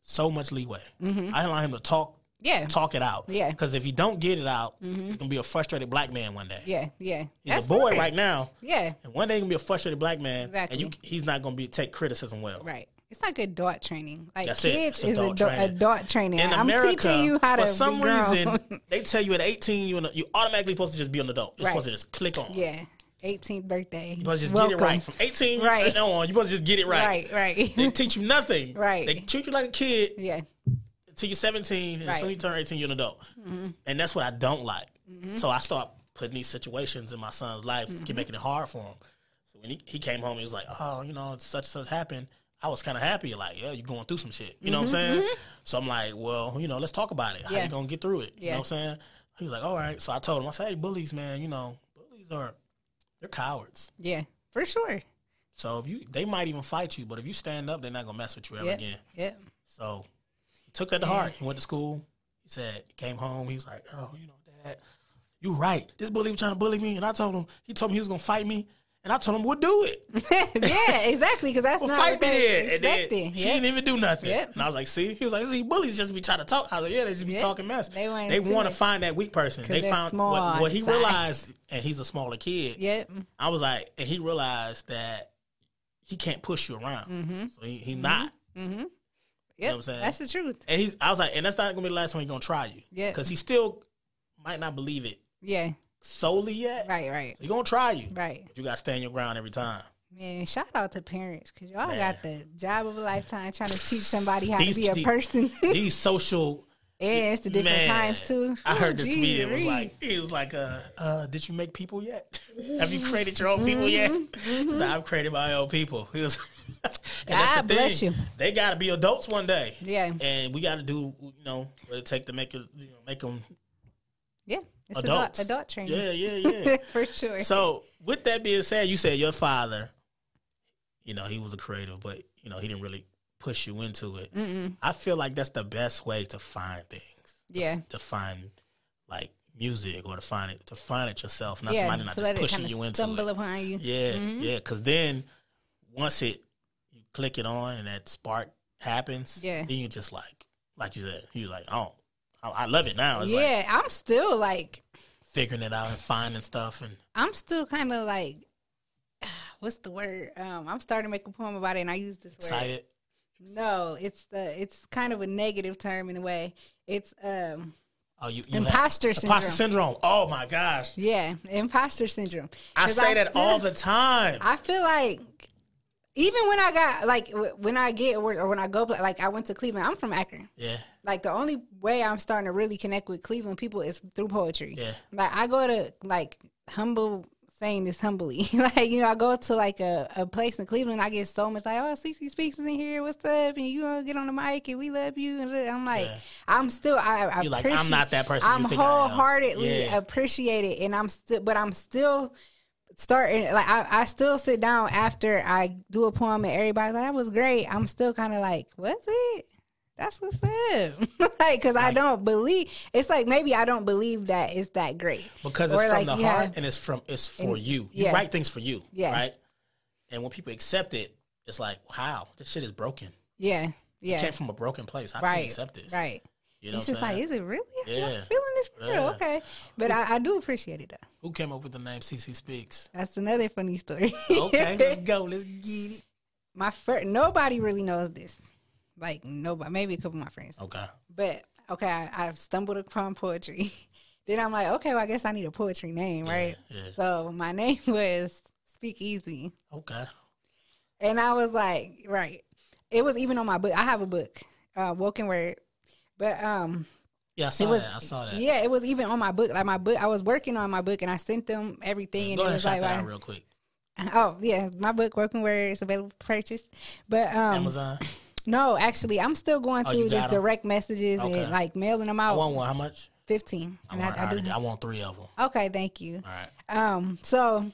A: so much leeway. I allow him to talk,
B: yeah,
A: talk it out.
B: Mm-hmm. Yeah. Mm-hmm.
A: because if he don't get it out, he's gonna be a frustrated black man one day.
B: yeah, yeah.
A: He's
B: That's
A: a boy
B: right.
A: right now.
B: Yeah,
A: And one day he's gonna be a frustrated black man,
B: Exactly.
A: and you, he's not gonna be take criticism well.
B: Right. It's like adult training. Like
A: That's it.
B: kids
A: It's
B: is adult,
A: adult
B: training.
A: training.
B: adult training.
A: in
B: I'm
A: America,
B: teaching you how to
A: for some
B: be grown.
A: reason, they tell you at 18, you you automatically supposed to just be an adult. You're
B: Right.
A: supposed to just click on.
B: yeah, 18th birthday.
A: You're supposed to just
B: Welcome.
A: get it right. From 18
B: Right.
A: right. on, you're supposed to just get it right.
B: Right,
A: They
B: right,
A: teach you nothing.
B: Right.
A: They treat you like a kid
B: yeah,
A: until you're 17, and as soon
B: Right. Mm-hmm.
A: as you turn 18, you're an adult. And that's what I
B: Mm-hmm.
A: don't like. So I start putting these situations in my son's life, keep making it hard for him. So when he, he came home, he was like, oh, you know, such such happened. I was kind of happy, like, yeah, you're going through some shit. You know what I'm saying? So I'm like, well, you know, let's talk about it. How
B: Mm-hmm. Yeah.
A: you gonna get through it? You
B: Yeah.
A: know what I'm saying? He was like, all right. So I told him, I said, hey, bullies, man, you know, bullies are they're cowards.
B: Yeah, for sure.
A: So if you they might even fight you, but if you stand up, they're not gonna mess with you ever
B: Yep.
A: again.
B: Yep.
A: So he took that to heart. He went to school. He said, he came home. He was like, oh, you know, dad, you right. This bully was trying to bully me. And I told him, he told me he was going to fight me. And I told him, we'll do it.
B: yeah, exactly. Because that's
A: We'll
B: not what
A: fight me
B: they
A: then. And then
B: expecting.
A: he
B: Yeah.
A: didn't even do nothing.
B: Yep.
A: And I was like, see? He was like, see, bullies just be trying to talk. I was like, yeah, they just be
B: Yep.
A: talking mess.
B: They weren't
A: They
B: into
A: want
B: it.
A: to find that weak person. They
B: they're
A: found
B: small
A: what, what he
B: inside.
A: realized, and he's a smaller kid.
B: Yep.
A: I was like, and he realized that he can't push you around.
B: Mm-hmm.
A: So he, he not.
B: Yep.
A: what I'm saying?
B: That's the truth.
A: And he's, I was like, and that's not gonna be the last time he's gonna try you.
B: Yeah.
A: Because he still might not believe it
B: Yeah.
A: solely yet.
B: Right. Right.
A: He's gonna try you.
B: Right.
A: But you gotta stand your ground every time.
B: Man, shout out to parents because y'all
A: Man.
B: got the job of a lifetime trying to teach somebody how
A: These-
B: to be a
A: the-
B: person.
A: These social
B: and it's the different
A: man,
B: times too.
A: I heard
B: Ooh,
A: this
B: gee
A: comedian was
B: whiz.
A: like, he was like, uh, uh, did you make people yet? Have you created your own people yet?
B: Mm-hmm.
A: He's like, I've created my own people. He was and that's the
B: God bless
A: thing.
B: you.
A: They gotta be adults one day.
B: Yeah.
A: And we gotta do, you know, what it take to make it you know, make them
B: yeah, it's
A: adults.
B: adult, adult training.
A: Yeah, yeah, yeah.
B: for sure.
A: So, with that being said, you said your father, you know, he was a creative, but you know, he didn't really push you into it. I feel like that's the best way to find things,
B: yeah,
A: to find like music or to find it, to find it yourself, not
B: yeah.
A: somebody not
B: So
A: just
B: let it
A: pushing
B: kind
A: you
B: of
A: into
B: stumble Mm-hmm.
A: it.
B: upon you.
A: Yeah, yeah. Because then, once it you click it on and that spark happens,
B: Yeah.
A: then you just like, like you said, you like, oh, I, I love it now. It's like
B: yeah, I'm still like,
A: figuring it out and finding stuff and
B: I'm still kind of like, what's the word? Um, I'm starting to make a poem about it, and I use this word.
A: excited.
B: No, it's the it's kind of a negative term in a way. It's um,
A: Oh, you, you have-
B: imposter syndrome.
A: Imposter syndrome. Oh my gosh.
B: Yeah, imposter syndrome.
A: I
B: 'Cause
A: say
B: I'm
A: that
B: still-
A: all the time.
B: I feel like even when I got like w- when I get or, or when I go pla- like I went to Cleveland. I'm from Akron.
A: yeah.
B: Like the only way I'm starting to really connect with Cleveland people is through poetry.
A: Yeah.
B: Like I go to like humble saying this humbly. like, you know, I go to like a, a place in Cleveland, I get so much like, Oh, CC Speaks is in here, what's up? And you gonna get on the mic and we love you and I'm like
A: Yeah.
B: I'm still I, I
A: You're like, I'm
B: appreciate-
A: not that person you
B: I'm
A: think I am.
B: wholeheartedly
A: Yeah.
B: appreciate it and I'm still but I'm still starting like I, I still sit down after I do a poem and everybody's like that was great. I'm still kind of like, was it? That's what's up. like, cause I don't believe it's like maybe I don't believe that it's that great.
A: Because it's
B: Or,
A: from
B: like,
A: the
B: you
A: heart
B: have-
A: and it's from it's for you. You
B: yeah.
A: write things for you.
B: Yeah.
A: Right? And when people accept it, it's like, how? This shit is broken.
B: Yeah,
A: It
B: yeah,
A: came from a broken place. How can you
B: right,
A: accept this?
B: right.
A: You know
B: it's
A: what
B: just
A: I'm
B: like,
A: saying?
B: is it really? I'm
A: Yeah.
B: not feeling this for real.
A: Yeah.
B: Okay, but I, I do appreciate it though.
A: Who came up with the name CC Speaks?
B: That's another funny story.
A: Okay, let's go. Let's get it.
B: my first, nobody really knows this. Like nobody, maybe a couple of my friends.
A: Okay.
B: But okay, I, I stumbled upon poetry. then I'm like, okay, well, I guess I need a poetry name, right?
A: yeah.
B: So my name was Speak Easy.
A: Okay.
B: And I was like, right. It was even on my book. I have a book, uh, Woken Word. But um
A: Yeah, I saw
B: was-
A: that. I saw that.
B: yeah, it was even on my book. Like my book I was working on my book and I sent them everything and
A: Go
B: it
A: ahead and
B: was
A: shout
B: like
A: that
B: like-
A: out real quick.
B: Oh yeah, my book Woken Word is available for purchase. But um
A: Amazon.
B: no, actually I'm still going
A: Oh, you
B: through
A: got
B: just
A: 'em?
B: direct messages
A: Okay.
B: and like mailing them
A: I
B: out
A: want one. How much?
B: fifteen.
A: I
B: and
A: want, I
B: I, I do
A: already- I want three of them.
B: Okay, thank you.
A: All right.
B: Um, so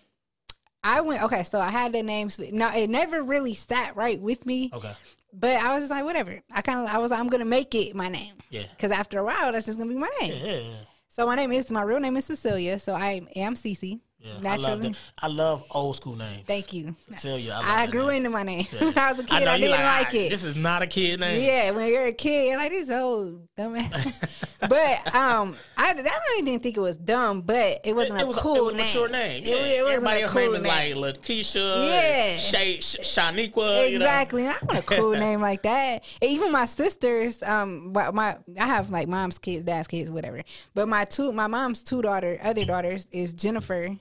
B: I went okay, so I had the names now it never really sat right with me.
A: Okay.
B: But I was just like, whatever. I kind of, I was like, I'm gonna make it my name.
A: Yeah.
B: Because after a while, that's just gonna be my
A: Yeah,
B: name.
A: yeah, yeah.
B: So my name is my real name is Cecilia. So I am Cece.
A: Yeah, I love
B: naturally.
A: that. I love old school names.
B: Thank you.
A: Cecilia. I, love
B: I
A: that
B: grew
A: name.
B: into my name. when I was a kid,
A: know
B: I,
A: you
B: didn't like,
A: "Ah,
B: it.
A: This is not a kid name.
B: Yeah, when you're a kid, you're like this old dumbass. but um, I, I really didn't think it was dumb, but it
A: It,
B: wasn't
A: it
B: a
A: was
B: cool
A: a, it was a
B: name.
A: mature name.
B: It,
A: Yeah.
B: wa- it wasn't
A: Everybody
B: a
A: else's
B: cool
A: name is
B: name.
A: like Lakeisha,
B: Yeah.
A: yeah. Shay, Sh- Shaniqua. you know?
B: Exactly. I want a cool name like that. And even my sisters, um, my, my I have like mom's kids, dad's kids, whatever. But my two, my mom's two daughter, other daughters is Jennifer,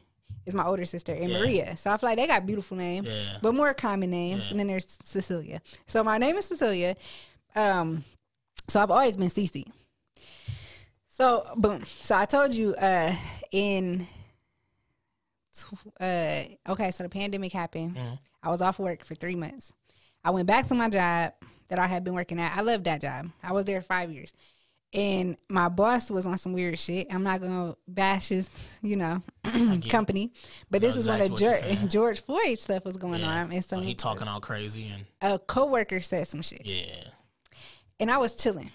B: is my older sister, and
A: Yeah.
B: Maria. So I feel like they got beautiful names,
A: Yeah.
B: but more common names.
A: Yeah.
B: And then there's Cecilia. So my name is Cecilia. Um, so I've always been Cece. So boom. So I told you uh in tw- uh, okay, so the pandemic happened.
A: Mm-hmm.
B: I was off work for three months. I went back to my job that I had been working at. I loved that job. I was there five years. And my boss was on some weird shit. I'm not gonna bash his, you know, company, but this is when
A: exactly what
B: the
A: you're
B: George,
A: saying.
B: George Floyd stuff was going on, and
A: Like,
B: some
A: he talking all crazy and
B: a coworker said some shit
A: yeah,
B: and I was chilling.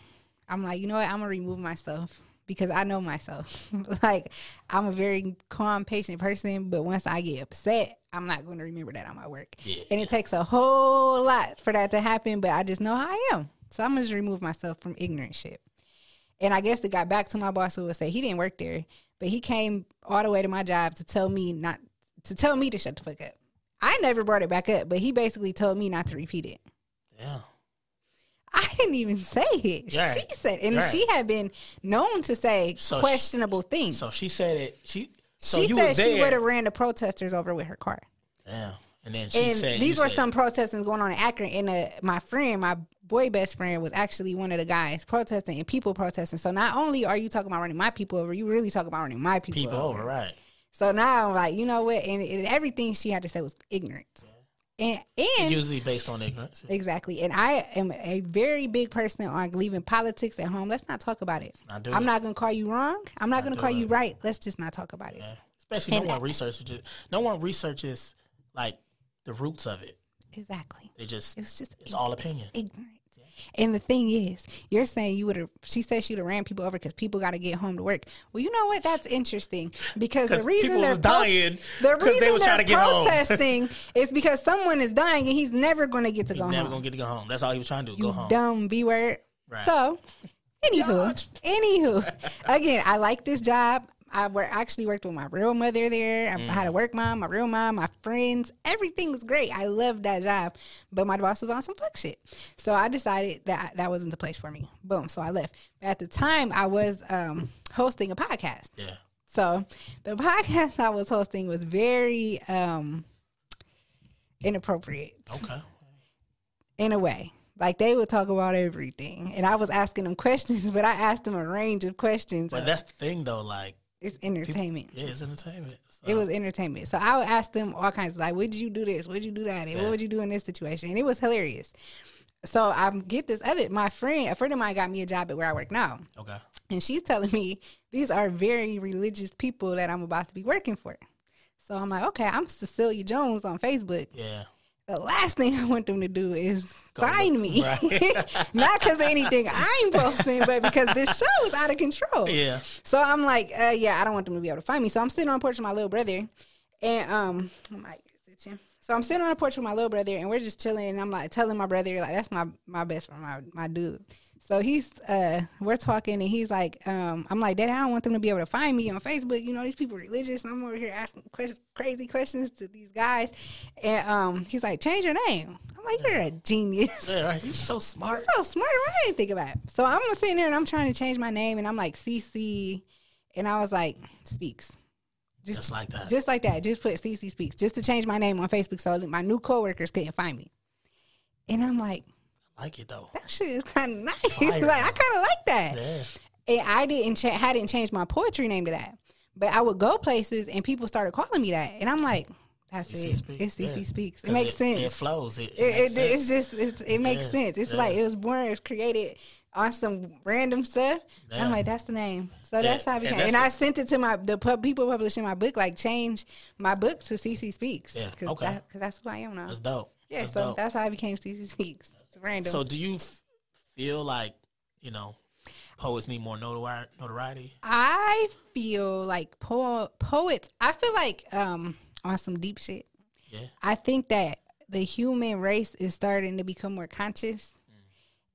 B: I'm like, you know what? I'm gonna remove myself because I know myself. like, I'm a very calm, patient person, but once I get upset, I'm not going to remember that on my work. And it takes a whole lot for that to happen, but I just know how I am. So I'm gonna just remove myself from ignorant shit. And I guess it got back to my boss who would say he didn't work there, but he came all the way to my job to tell me not to tell me to shut the fuck up. I never brought it back up, but he basically told me not to repeat it.
A: yeah.
B: I didn't even say it.
A: Yeah.
B: She said, and
A: Yeah.
B: she had been known to say
A: So
B: questionable things.
A: So she said it. She so
B: she
A: you
B: said
A: were there.
B: she would have ran the protesters over with her car.
A: yeah, and then she
B: and
A: said
B: these
A: you
B: were
A: said,
B: some protestings going on in Akron. And uh, my friend, my boy best friend, was actually one of the guys protesting and people protesting. So not only are you talking about running my people over, you really talking about running my people,
A: people
B: over.
A: over right.
B: So now I'm like, you know what? And, and everything she had to say was ignorant. And and
A: Usually based on ignorance.
B: Exactly. And I am a very big person on leaving politics at home. Let's not talk about it.
A: Not do
B: I'm
A: it.
B: not going to call you wrong. I'm not going to
A: do
B: call you
A: it.
B: right. Let's just not talk about it.
A: Yeah. Especially
B: And-
A: no one researches. it. No one researches like the roots of it.
B: Exactly.
A: They just
B: It was just
A: it's all opinion.
B: ignorant. And the thing is, you're saying you would have, she said she'd have ran people over because people got to get home to work. Well, you know what? That's interesting because the
A: 'Cause
B: reason
A: people
B: they're
A: was dying
B: the
A: 'cause they
B: reason they
A: was
B: are
A: trying to get home.
B: protesting is because someone is dying and he's never going to get to go
A: Never
B: home.
A: gonna get to go home. That's all he was trying to do. go home.
B: dumb B word.
A: Right.
B: So, anywho, anywho, again, I like this job. I wor- actually worked with my real mother there.
A: Mm.
B: I had a work mom, my real mom, my friends. Everything was great. I loved that job, but my boss was on some fuck shit. So I decided that that wasn't the place for me. Boom. So I left. But at the time, I was um, hosting a podcast.
A: Yeah.
B: So the podcast I was hosting was very um, inappropriate
A: Okay.
B: in a way. Like they would talk about everything, and I was asking them questions, but I asked them a range of questions.
A: But
B: of-
A: that's the thing though, like
B: it's entertainment.
A: yeah, it's entertainment. So,
B: It was entertainment. So I would ask them all kinds of like, would you do this? Would you do that? And what would you do in this situation? And it was hilarious. So I get this other my friend, a friend of mine got me a job at where I work now.
A: okay.
B: And she's telling me these are very religious people that I'm about to be working for. So I'm like, okay, I'm Cecilia Jones on Facebook.
A: Yeah.
B: the last thing I want them to do is find me.
A: Right.
B: Not because of anything I'm posting, but because this show is out of control.
A: Yeah.
B: So I'm like, uh, yeah, I don't want them to be able to find me. So I'm sitting on the porch with my little brother, and um, I'm like, is it him? so I'm sitting on the porch with my little brother, and we're just chilling. And I'm like telling my brother, like, that's my my best friend, my my dude. So he's uh, we're talking, and he's like, um, I'm like, Dad, I don't want them to be able to find me on Facebook. You know, these people are religious, and I'm over here asking ques- crazy questions to these guys. And um, he's like, change your name. I'm like, you're a genius.
A: Yeah, right. You're so smart.
B: so smart. I didn't think about it. So I'm sitting there and I'm trying to change my name and I'm like CC, and I was like speaks,
A: Just like that.
B: just like that. Just put CC speaks, just to change my name on Facebook so that my new coworkers couldn't find me. And I'm like,
A: like it though.
B: that shit is kind of nice.
A: Fire.
B: like I kind of like that.
A: Yeah.
B: And I didn't cha- hadn't changed my poetry name to that, but I would go places and people started calling me that, and I'm like, that's
A: CC
B: it.
A: speaks,
B: It's CC
A: yeah.
B: speaks. It
A: 'Cause
B: makes sense.
A: It flows. It, it, makes
B: It, it,
A: sense.
B: it's just it's, it makes
A: Yeah,
B: sense. It's like it was born, it was created on some random stuff.
A: Yeah.
B: I'm like, that's the name. So that's how it
A: and
B: became.
A: that's
B: And
A: the-
B: I sent it to my the pub, people publishing my book, like change my book to CC Speaks.
A: Yeah,
B: Cause
A: okay.
B: that- 'cause that's who I am now.
A: That's dope.
B: yeah,
A: That's
B: so
A: dope.
B: that's how I became CC Speaks. It's random.
A: So do you f- feel like you know poets need more notori- notoriety?
B: I feel like po- poets. I feel like um on some deep shit.
A: Yeah.
B: I think that the human race is starting to become more conscious.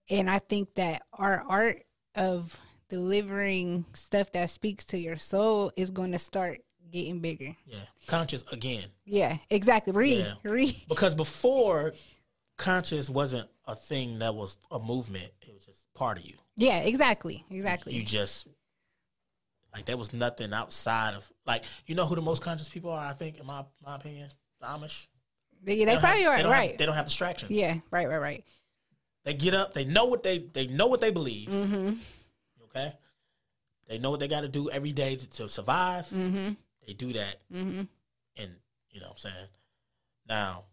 A: Mm.
B: And I think that our art of delivering stuff that speaks to your soul is going to start getting bigger.
A: Yeah. Conscious again,
B: Yeah, exactly. Read,
A: Yeah.
B: read.
A: because before conscious wasn't a thing that was a movement. It was just part of you.
B: Yeah, exactly. Exactly.
A: You just like there was nothing outside of like you know who the most conscious people are. I think in my my opinion, the Amish.
B: they they
A: don't
B: probably
A: have,
B: are,
A: they don't have-
B: right.
A: they don't have distractions.
B: yeah, right, right, right.
A: They get up. They know what they they know what they believe.
B: Mm-hmm.
A: Okay,
B: Mm-hmm,
A: they know what they got to do every day to, to survive. They do that, and you know what I'm saying? Now,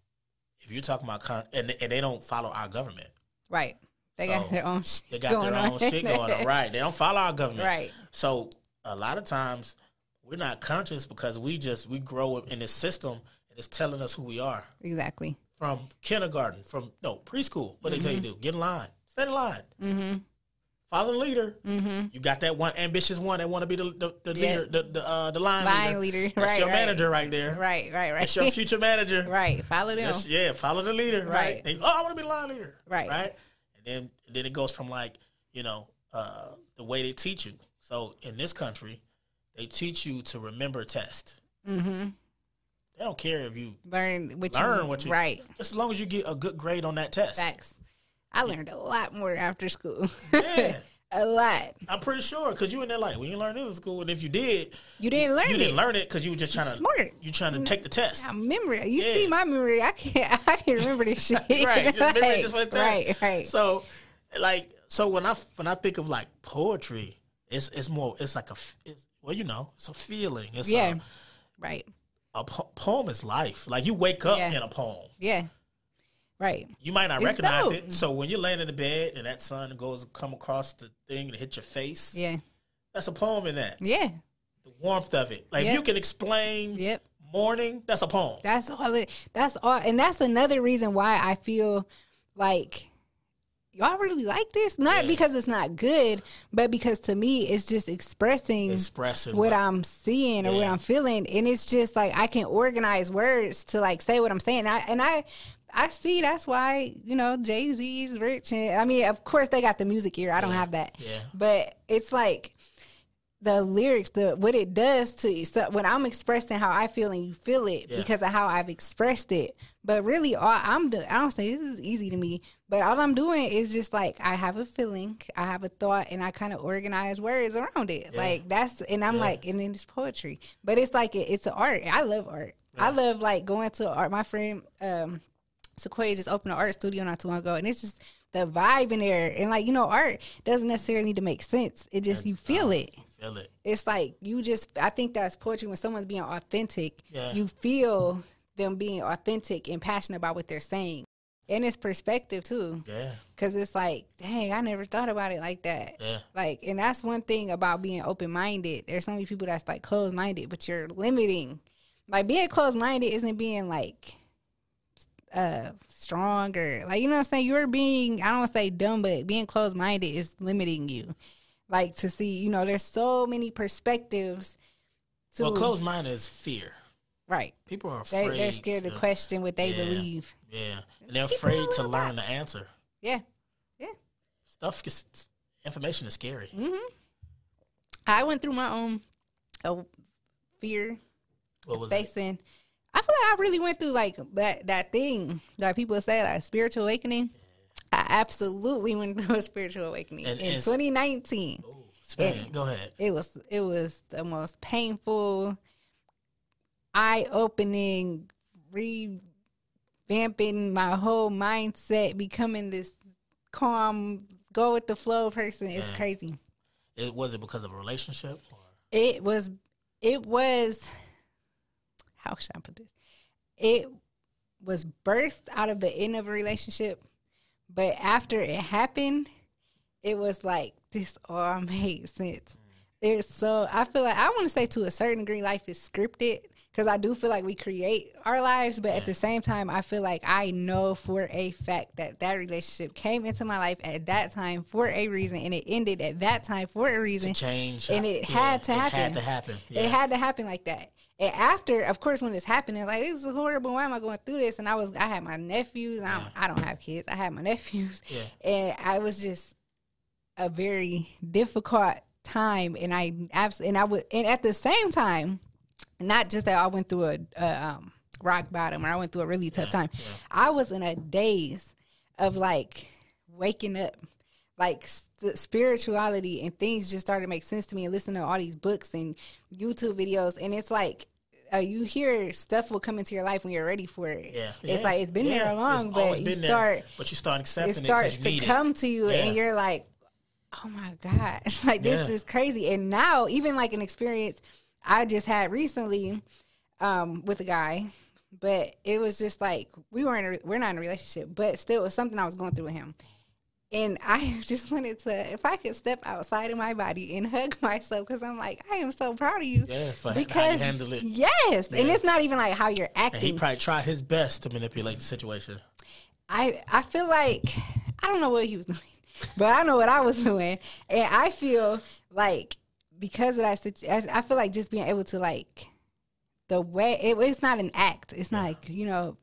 A: if you're talking about con- and and they don't follow our government.
B: Right. They got
A: So,
B: their own shit.
A: Oh, They got
B: going
A: their
B: on.
A: own shit going on. Right. They don't follow our government.
B: Right.
A: So a lot of times we're not conscious because we just we grow up in this system and it's telling us who we are.
B: Exactly.
A: From kindergarten, from no preschool. What they tell you to do? Get in line. Stand in line.
B: Mm-hmm.
A: Follow the leader.
B: Mm-hmm.
A: You got that one ambitious one that want to be the the, the
B: Yeah.
A: leader, the the, uh, the line,
B: Line
A: leader.
B: leader.
A: That's
B: right.
A: your
B: right.
A: manager right there.
B: Right. Right. Right.
A: That's your future manager.
B: right. Follow them.
A: That's- yeah, follow the leader, right?
B: Right.
A: They, oh, I want to be the line leader,
B: Right.
A: Right, and then then it goes from like you know uh, the way they teach you. So in this country, they teach you to remember test.
B: Mm-hmm.
A: They don't care if you
B: Learn what you
A: learn what you
B: right.
A: just as long as you get a good grade on that test.
B: Facts. I learned a lot more after school.
A: Yeah.
B: a lot.
A: I'm pretty sure because you in there like, well, you learned this in school, and if you did,
B: You didn't learn
A: you
B: it.
A: didn't learn it because you were just trying to
B: Smart.
A: You trying to take the test.
B: I memory. You
A: Yeah.
B: see my memory. I can't. I can remember this shit.
A: right, just remember it just for the time.
B: right. Right.
A: So, like, so when I when I think of like poetry, it's it's more it's like a f- it's, well, you know, it's a feeling. It's
B: yeah.
A: a-
B: Right.
A: a, po- poem is life. Like you wake up
B: Yeah.
A: in a poem.
B: Yeah. Right.
A: You might not
B: It's
A: recognize
B: dope.
A: it. So when you're laying in the bed and that sun goes come across the thing and hit your face,
B: Yeah.
A: that's a poem in that.
B: Yeah.
A: The warmth of it. Like if
B: Yep.
A: you can explain
B: Yep.
A: morning, that's a poem.
B: That's all it that's all and that's another reason why I feel like y'all really like this. Not
A: Yeah.
B: because it's not good, but because to me it's just expressing
A: Expressing
B: what I'm seeing or what
A: Yeah.
B: I'm feeling. And it's just like I can organize words to like say what I'm saying. I and I I see that's why, you know, Jay Z's rich and I mean, of course they got the music ear. I don't have that.
A: Yeah.
B: But it's like the lyrics, the what it does to you. So when I'm expressing how I feel and you feel it
A: Yeah.
B: because of how I've expressed it. But really, all I'm doing, I don't say this is easy to me, but all I'm doing is just like I have a feeling, I have a thought, and I kind of organize words around it.
A: Yeah.
B: Like that's, and I'm
A: Yeah.
B: like, and then it's poetry. But it's like it, it's an art. I love art. I love like going to art. My friend, um, Sequoia just opened an art studio not too long ago, and it's just the vibe in there. And like you know, art doesn't necessarily need to make sense. It just you
A: uh,
B: feel it.
A: Feel it.
B: It's like you just. I think that's poetry when someone's being authentic.
A: Yeah.
B: You feel them being authentic and passionate about what they're saying, and it's perspective too.
A: Yeah.
B: Cause it's like, dang, I never thought about it like that.
A: Yeah.
B: Like, and that's one thing about being open minded. There's so many people that's like closed minded, but you're limiting. Like being closed minded isn't being like uh stronger. Like you know what I'm saying? You're being I don't wanna say dumb, but being closed minded is limiting you. Like to see, you know, there's so many perspectives to
A: Well, closed mind is fear.
B: right.
A: People are
B: They
A: afraid.
B: they're scared to
A: to-
B: question what they
A: uh, Yeah.
B: believe.
A: Yeah, and they're
B: People
A: afraid
B: don't
A: to
B: know
A: learn the answer.
B: Yeah.
A: Stuff, gets, information is scary.
B: Mm-hmm. I went through my own uh, fear
A: What was it?
B: facing. I feel like I really went through like that that thing that people say like spiritual awakening. I absolutely went through a spiritual awakening
A: And-
B: in
A: and-
B: 2019.
A: Ooh, Spain, go ahead.
B: It was it was the most painful, eye opening, revamping my whole mindset, becoming this calm, go with the flow person. It's
A: Yeah.
B: crazy.
A: It was it because of a relationship? Or,
B: it was it was how should I put this? It was birthed out of the end of a relationship, but after it happened, it was like this all made sense. It's so I feel like I want to say to a certain degree, life is scripted because I do feel like we create our lives, but at the same time, I feel like I know for a fact that that relationship came into my life at that time for a reason, and it ended at that time for a reason.
A: to change,
B: and it had to
A: It
B: happen.
A: had to happen.
B: It
A: yeah.
B: had to happen like that. And after, of course, when it's happening, like this is horrible. Why am I going through this? And I was, I had my nephews. I don't, I don't have kids. I had my nephews,
A: Yeah.
B: and I was just a very difficult time. And I abs- and I would, and at the same time, not just that I went through a, a um, rock bottom or I went through a really tough time. I was in a daze of like waking up, like st- spirituality and things just started to make sense to me and listening to all these books and YouTube videos. And it's like, uh, you hear stuff will come into your life when you're ready for it.
A: yeah.
B: It's
A: yeah,
B: like it's been
A: yeah.
B: there
A: It's
B: long, but
A: always
B: you
A: been there,
B: start
A: but you start accepting
B: it
A: it.
B: starts
A: 'cause you
B: to
A: need it.
B: come to you
A: Yeah.
B: and you're like oh my gosh like this
A: Yeah.
B: is crazy and now even like an experience i just had recently um, with a guy, but it was just like we weren't a- we're not in a relationship, but still it was something I was going through with him. And I just wanted to, if I could step outside of my body and hug myself, because I'm like, I am so proud of you.
A: Yeah, for how you
B: because
A: handle it.
B: Yes, and
A: Yeah.
B: it's not even like how you're acting.
A: And he probably tried his best to manipulate the situation.
B: I I feel like I don't know what he was doing, but I know what I was doing, and I feel like because of that, situ- as- I feel like just being able to like the way it, it's not an act. It's not like you know,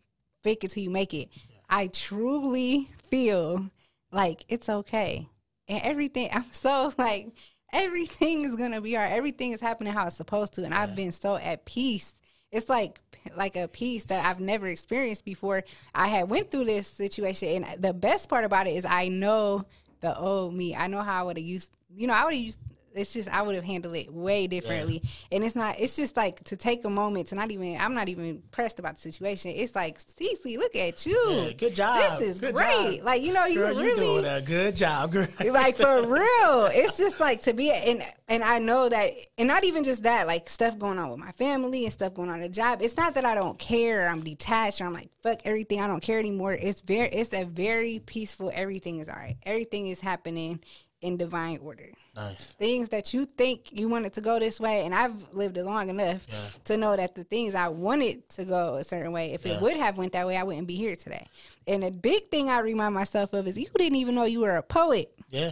B: fake it till you make it. I truly feel like it's okay, and everything. I'm so like everything is gonna be all right. Everything is happening how it's supposed to, and I've been so at peace. It's like like a peace that I've never experienced before. I had went through this situation, and the best part about it is I know the old me. I know how I would have used. You know, I would have used. It's just I would have handled it way differently, and it's not. It's just like to take a moment to not even. I'm not even pressed about the situation. It's like Cece, look at you.
A: Yeah, good job.
B: This is
A: Good
B: great.
A: job.
B: Like you know, you
A: Girl,
B: really
A: you doing a good job, girl.
B: like for real it's just like to be and and i know that and not even just that like stuff going on with my family and stuff going on at the job it's not that i don't care i'm detached or i'm like fuck everything i don't care anymore it's very it's a very peaceful everything is all right everything is happening in divine order
A: nice.
B: things that you think you wanted to go this way and i've lived it long enough
A: Yeah.
B: to know that the things i wanted to go a certain way if
A: Yeah.
B: it would have went that way i wouldn't be here today and a big thing i remind myself of is you didn't even know you were a poet
A: Yeah.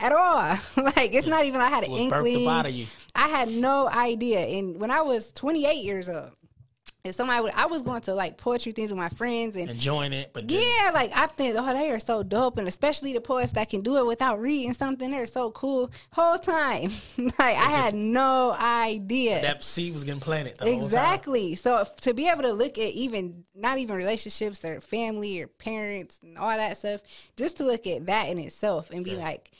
B: at all. like it's not even I had an
A: Was burped
B: inkling.
A: up out of you.
B: I had no idea. And when I was 28 years old, if somebody would, I was going to like poetry things with my friends and.
A: Enjoying it, but then
B: yeah, like I think, oh, they are so dope, and especially the poets that can do it without reading something, they're so cool. Whole time, like I had no idea.
A: that seed was getting planted the whole time.
B: Exactly. So if- to be able to look at even not even relationships or family or parents and all that stuff, just to look at that in itself and be like,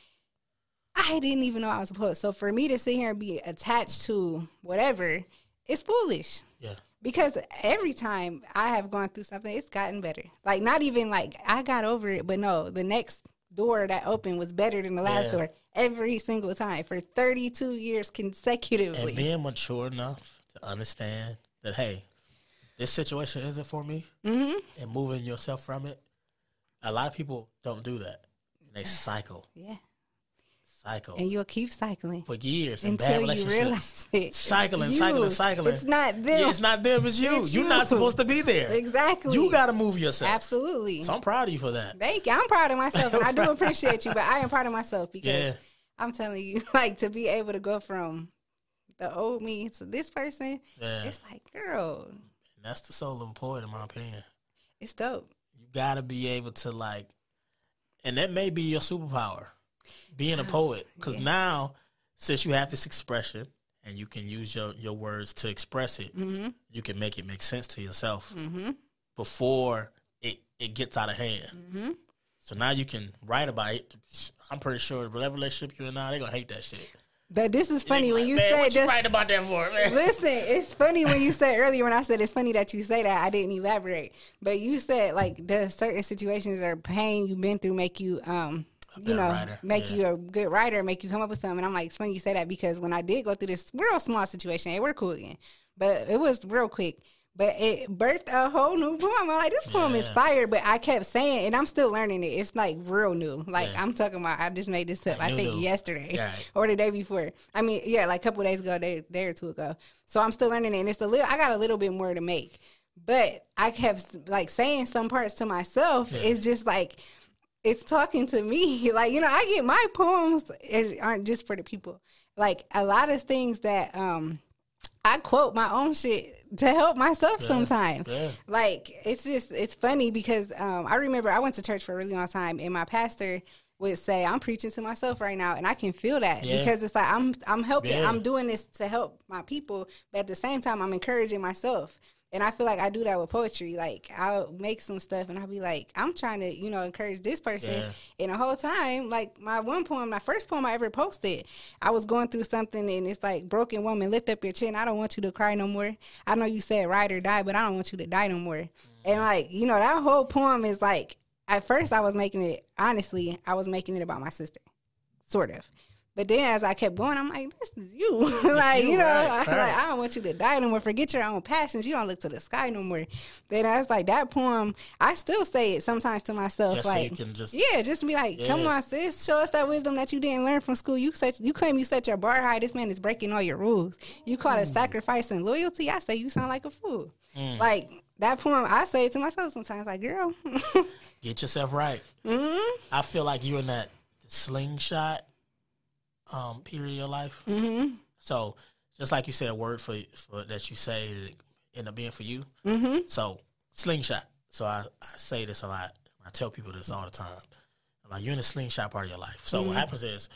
B: I didn't even know I was a poet. So for me to sit here and be attached to whatever, it's foolish
A: Yeah.
B: because every time I have gone through something, it's gotten better. Like not even like I got over it, but no, the next door that opened was better than the last
A: Yeah.
B: door every single time for 32 years consecutively.
A: And being mature enough to understand that, hey, this situation isn't for me
B: Mm-hmm.
A: and moving yourself from it. A lot of people don't do that. They cycle,
B: yeah.
A: cycle
B: And you'll keep cycling.
A: for years in bad
B: until you
A: relationships.
B: realize it.
A: cycling,
B: It's
A: cycling,
B: you.
A: cycling.
B: It's not them.
A: Yeah, it's not them. It's you.
B: It's
A: You're
B: you.
A: not supposed to be there.
B: Exactly.
A: You got to move yourself.
B: absolutely.
A: So I'm proud of you for that.
B: Thank you. I'm proud of myself, and I do appreciate you, but I am proud of myself because
A: Yeah.
B: I'm telling you, like to be able to go from the old me to this person,
A: Yeah.
B: it's like, girl,
A: That's the soul of a poet, in my opinion.
B: it's dope.
A: You got to be able to like, and that may be your superpower,
B: Ah,
A: being a poet. Because now, since you have this expression and you can use your your words to express it,
B: Mm-hmm.
A: you can make it make sense to yourself before it it gets out of hand.
B: Mm-hmm.
A: So now you can write about it. I'm pretty sure whatever relationship you're in now, they're gonna hate that shit.
B: But this is
A: They
B: funny
A: gonna
B: when
A: be
B: you
A: like, "Man,
B: said
A: what you
B: this.
A: write about that for, man?
B: Listen, it's funny when you said earlier when I said it's funny that you say that I didn't elaborate, but you said like the certain situations or pain you've been through make you um you
A: better
B: know
A: writer,
B: make
A: yeah.
B: you a good writer, make you come up with something. And I'm like, it's funny you say that because when I did go through this real small situation, and we're cool again, but it was real quick. But it birthed a whole new poem. I'm like, this poem is
A: Yeah.
B: fire, but I kept saying, and I'm still learning it. It's like real new. Like I'm talking about, I just made this up. I
A: new,
B: think
A: new.
B: yesterday
A: Yeah.
B: or the day before. I mean, yeah, like a couple days ago, day, day or two ago. So I'm still learning it, and it's a little. I got a little bit more to make, but I kept like saying some parts to myself. It's just like it's talking to me. Like you know, I get my poems it aren't just for the people. Like a lot of things that um I quote my own shit to help myself sometimes.
A: yeah.
B: Like it's just it's funny because um, I remember I went to church for a really long time, and my pastor would say, "I'm preaching to myself right now," and I can feel that
A: Yeah.
B: because it's like I'm I'm helping,
A: Yeah.
B: I'm doing this to help my people, but at the same time, I'm encouraging myself. And I feel like I do that with poetry. Like I'll make some stuff, and I'll be like, I'm trying to, you know, encourage this person.
A: Yeah.
B: And the whole time, like my one poem, my first poem I ever posted, I was going through something and it's like, Broken woman, lift up your chin. I don't want you to cry no more. I know you said ride or die, but I don't want you to die no more. And like, you know, that whole poem is like, at first I was making it, honestly, I was making it about my sister, sort of. But then as I kept going, I'm like, this is you. like,
A: you,
B: you know,
A: right,
B: I,
A: right.
B: like, I don't want you to die no more. Forget your own passions. You don't look to the sky no more. But I was like, that poem, I still say it sometimes to myself.
A: Just so
B: like,
A: you can just-
B: yeah, just be like, come
A: Yeah.
B: on, sis, show us that wisdom that you didn't learn from school. You set, you claim you set your bar high. This man is breaking all your rules. You call it
A: Mm.
B: sacrifice and loyalty. I say you sound like a fool. Like that poem, I say it to myself sometimes. Like, girl,
A: Get yourself right.
B: Mhm.
A: I feel like you're in that slingshot um, period of your life. Mm-hmm. So just like you said, a word for, for that you say it end up being for you. Mm-hmm. So slingshot. So I, I say this a lot. I tell people this all the time. I'm like you're in the slingshot part of your life. So what happens is,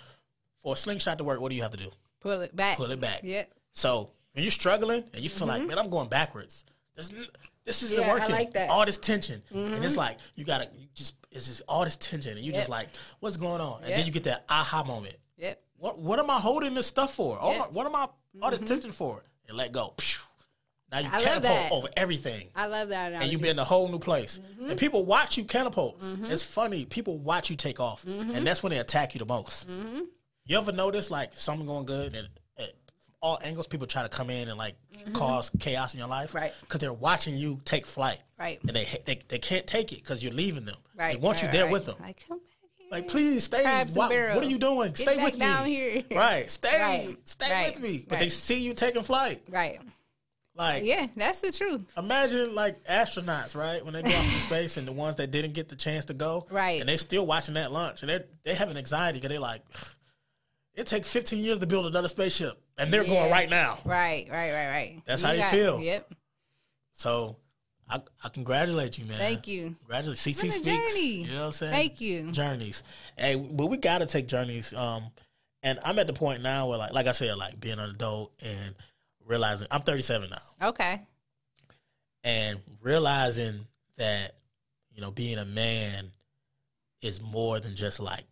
A: for a slingshot to work, what do you have to do?
B: pull it back.
A: Pull it back.
B: Yep.
A: So when you're struggling and you feel like, man, I'm going backwards. This, n- this isn't
B: Mm-hmm. Yeah, I
A: working.
B: like that. Mm-hmm.
A: All this tension, and it's like you gotta you just it's just all this tension, and you just like, what's going on? And then
B: Yep.
A: you get that aha moment.
B: Yep.
A: What what am I holding this stuff for? All
B: Yeah.
A: my- what am I all this tension for? And let go. Phew. Now you
B: Mm-hmm. I love
A: catapult
B: that.
A: over everything.
B: I love that.
A: and
B: analogy.
A: you be in a whole new place.
B: Mm-hmm.
A: And people watch you catapult. It's funny. People watch you take off.
B: Mm-hmm.
A: And that's when they attack you the most. You ever notice like something going good and and from all angles people try to come in and like cause chaos in your life,
B: Mm-hmm. Right.
A: Because they're watching you take flight,
B: Right.
A: And they they, they can't take it because you're leaving them.
B: Right.
A: They want
B: right,
A: you there
B: right.
A: with them. Like,
B: Like, come back here.
A: please stay.
B: Crabs and
A: Why- what
B: barrels.
A: are you doing?
B: Get
A: stay
B: back
A: with me.
B: down here.
A: Right. Stay.
B: Right,
A: Stay
B: right,
A: with me. But they
B: right.
A: see you taking flight.
B: Right.
A: Like
B: Yeah, that's the truth.
A: Imagine like astronauts, right? When they go out in space, and the ones that didn't get the chance to go,
B: Right.
A: And they still watching that lunch, and they they having anxiety because they like, it takes 15 years to build another spaceship, and they're going
B: Yeah.
A: right now.
B: Right, right, right, right.
A: That's how you
B: got-
A: feel.
B: Yep.
A: So, I, I congratulate you, man.
B: Thank you.
A: Congratulate
B: What
A: CC
B: a
A: speaks.
B: journey.
A: You know what I'm saying?
B: Thank you.
A: Journeys. Hey, but we gotta take journeys. Um, and I'm at the point now where like like I said, like being an adult and realizing I'm 37 now.
B: Okay.
A: and realizing that you know being a man is more than just like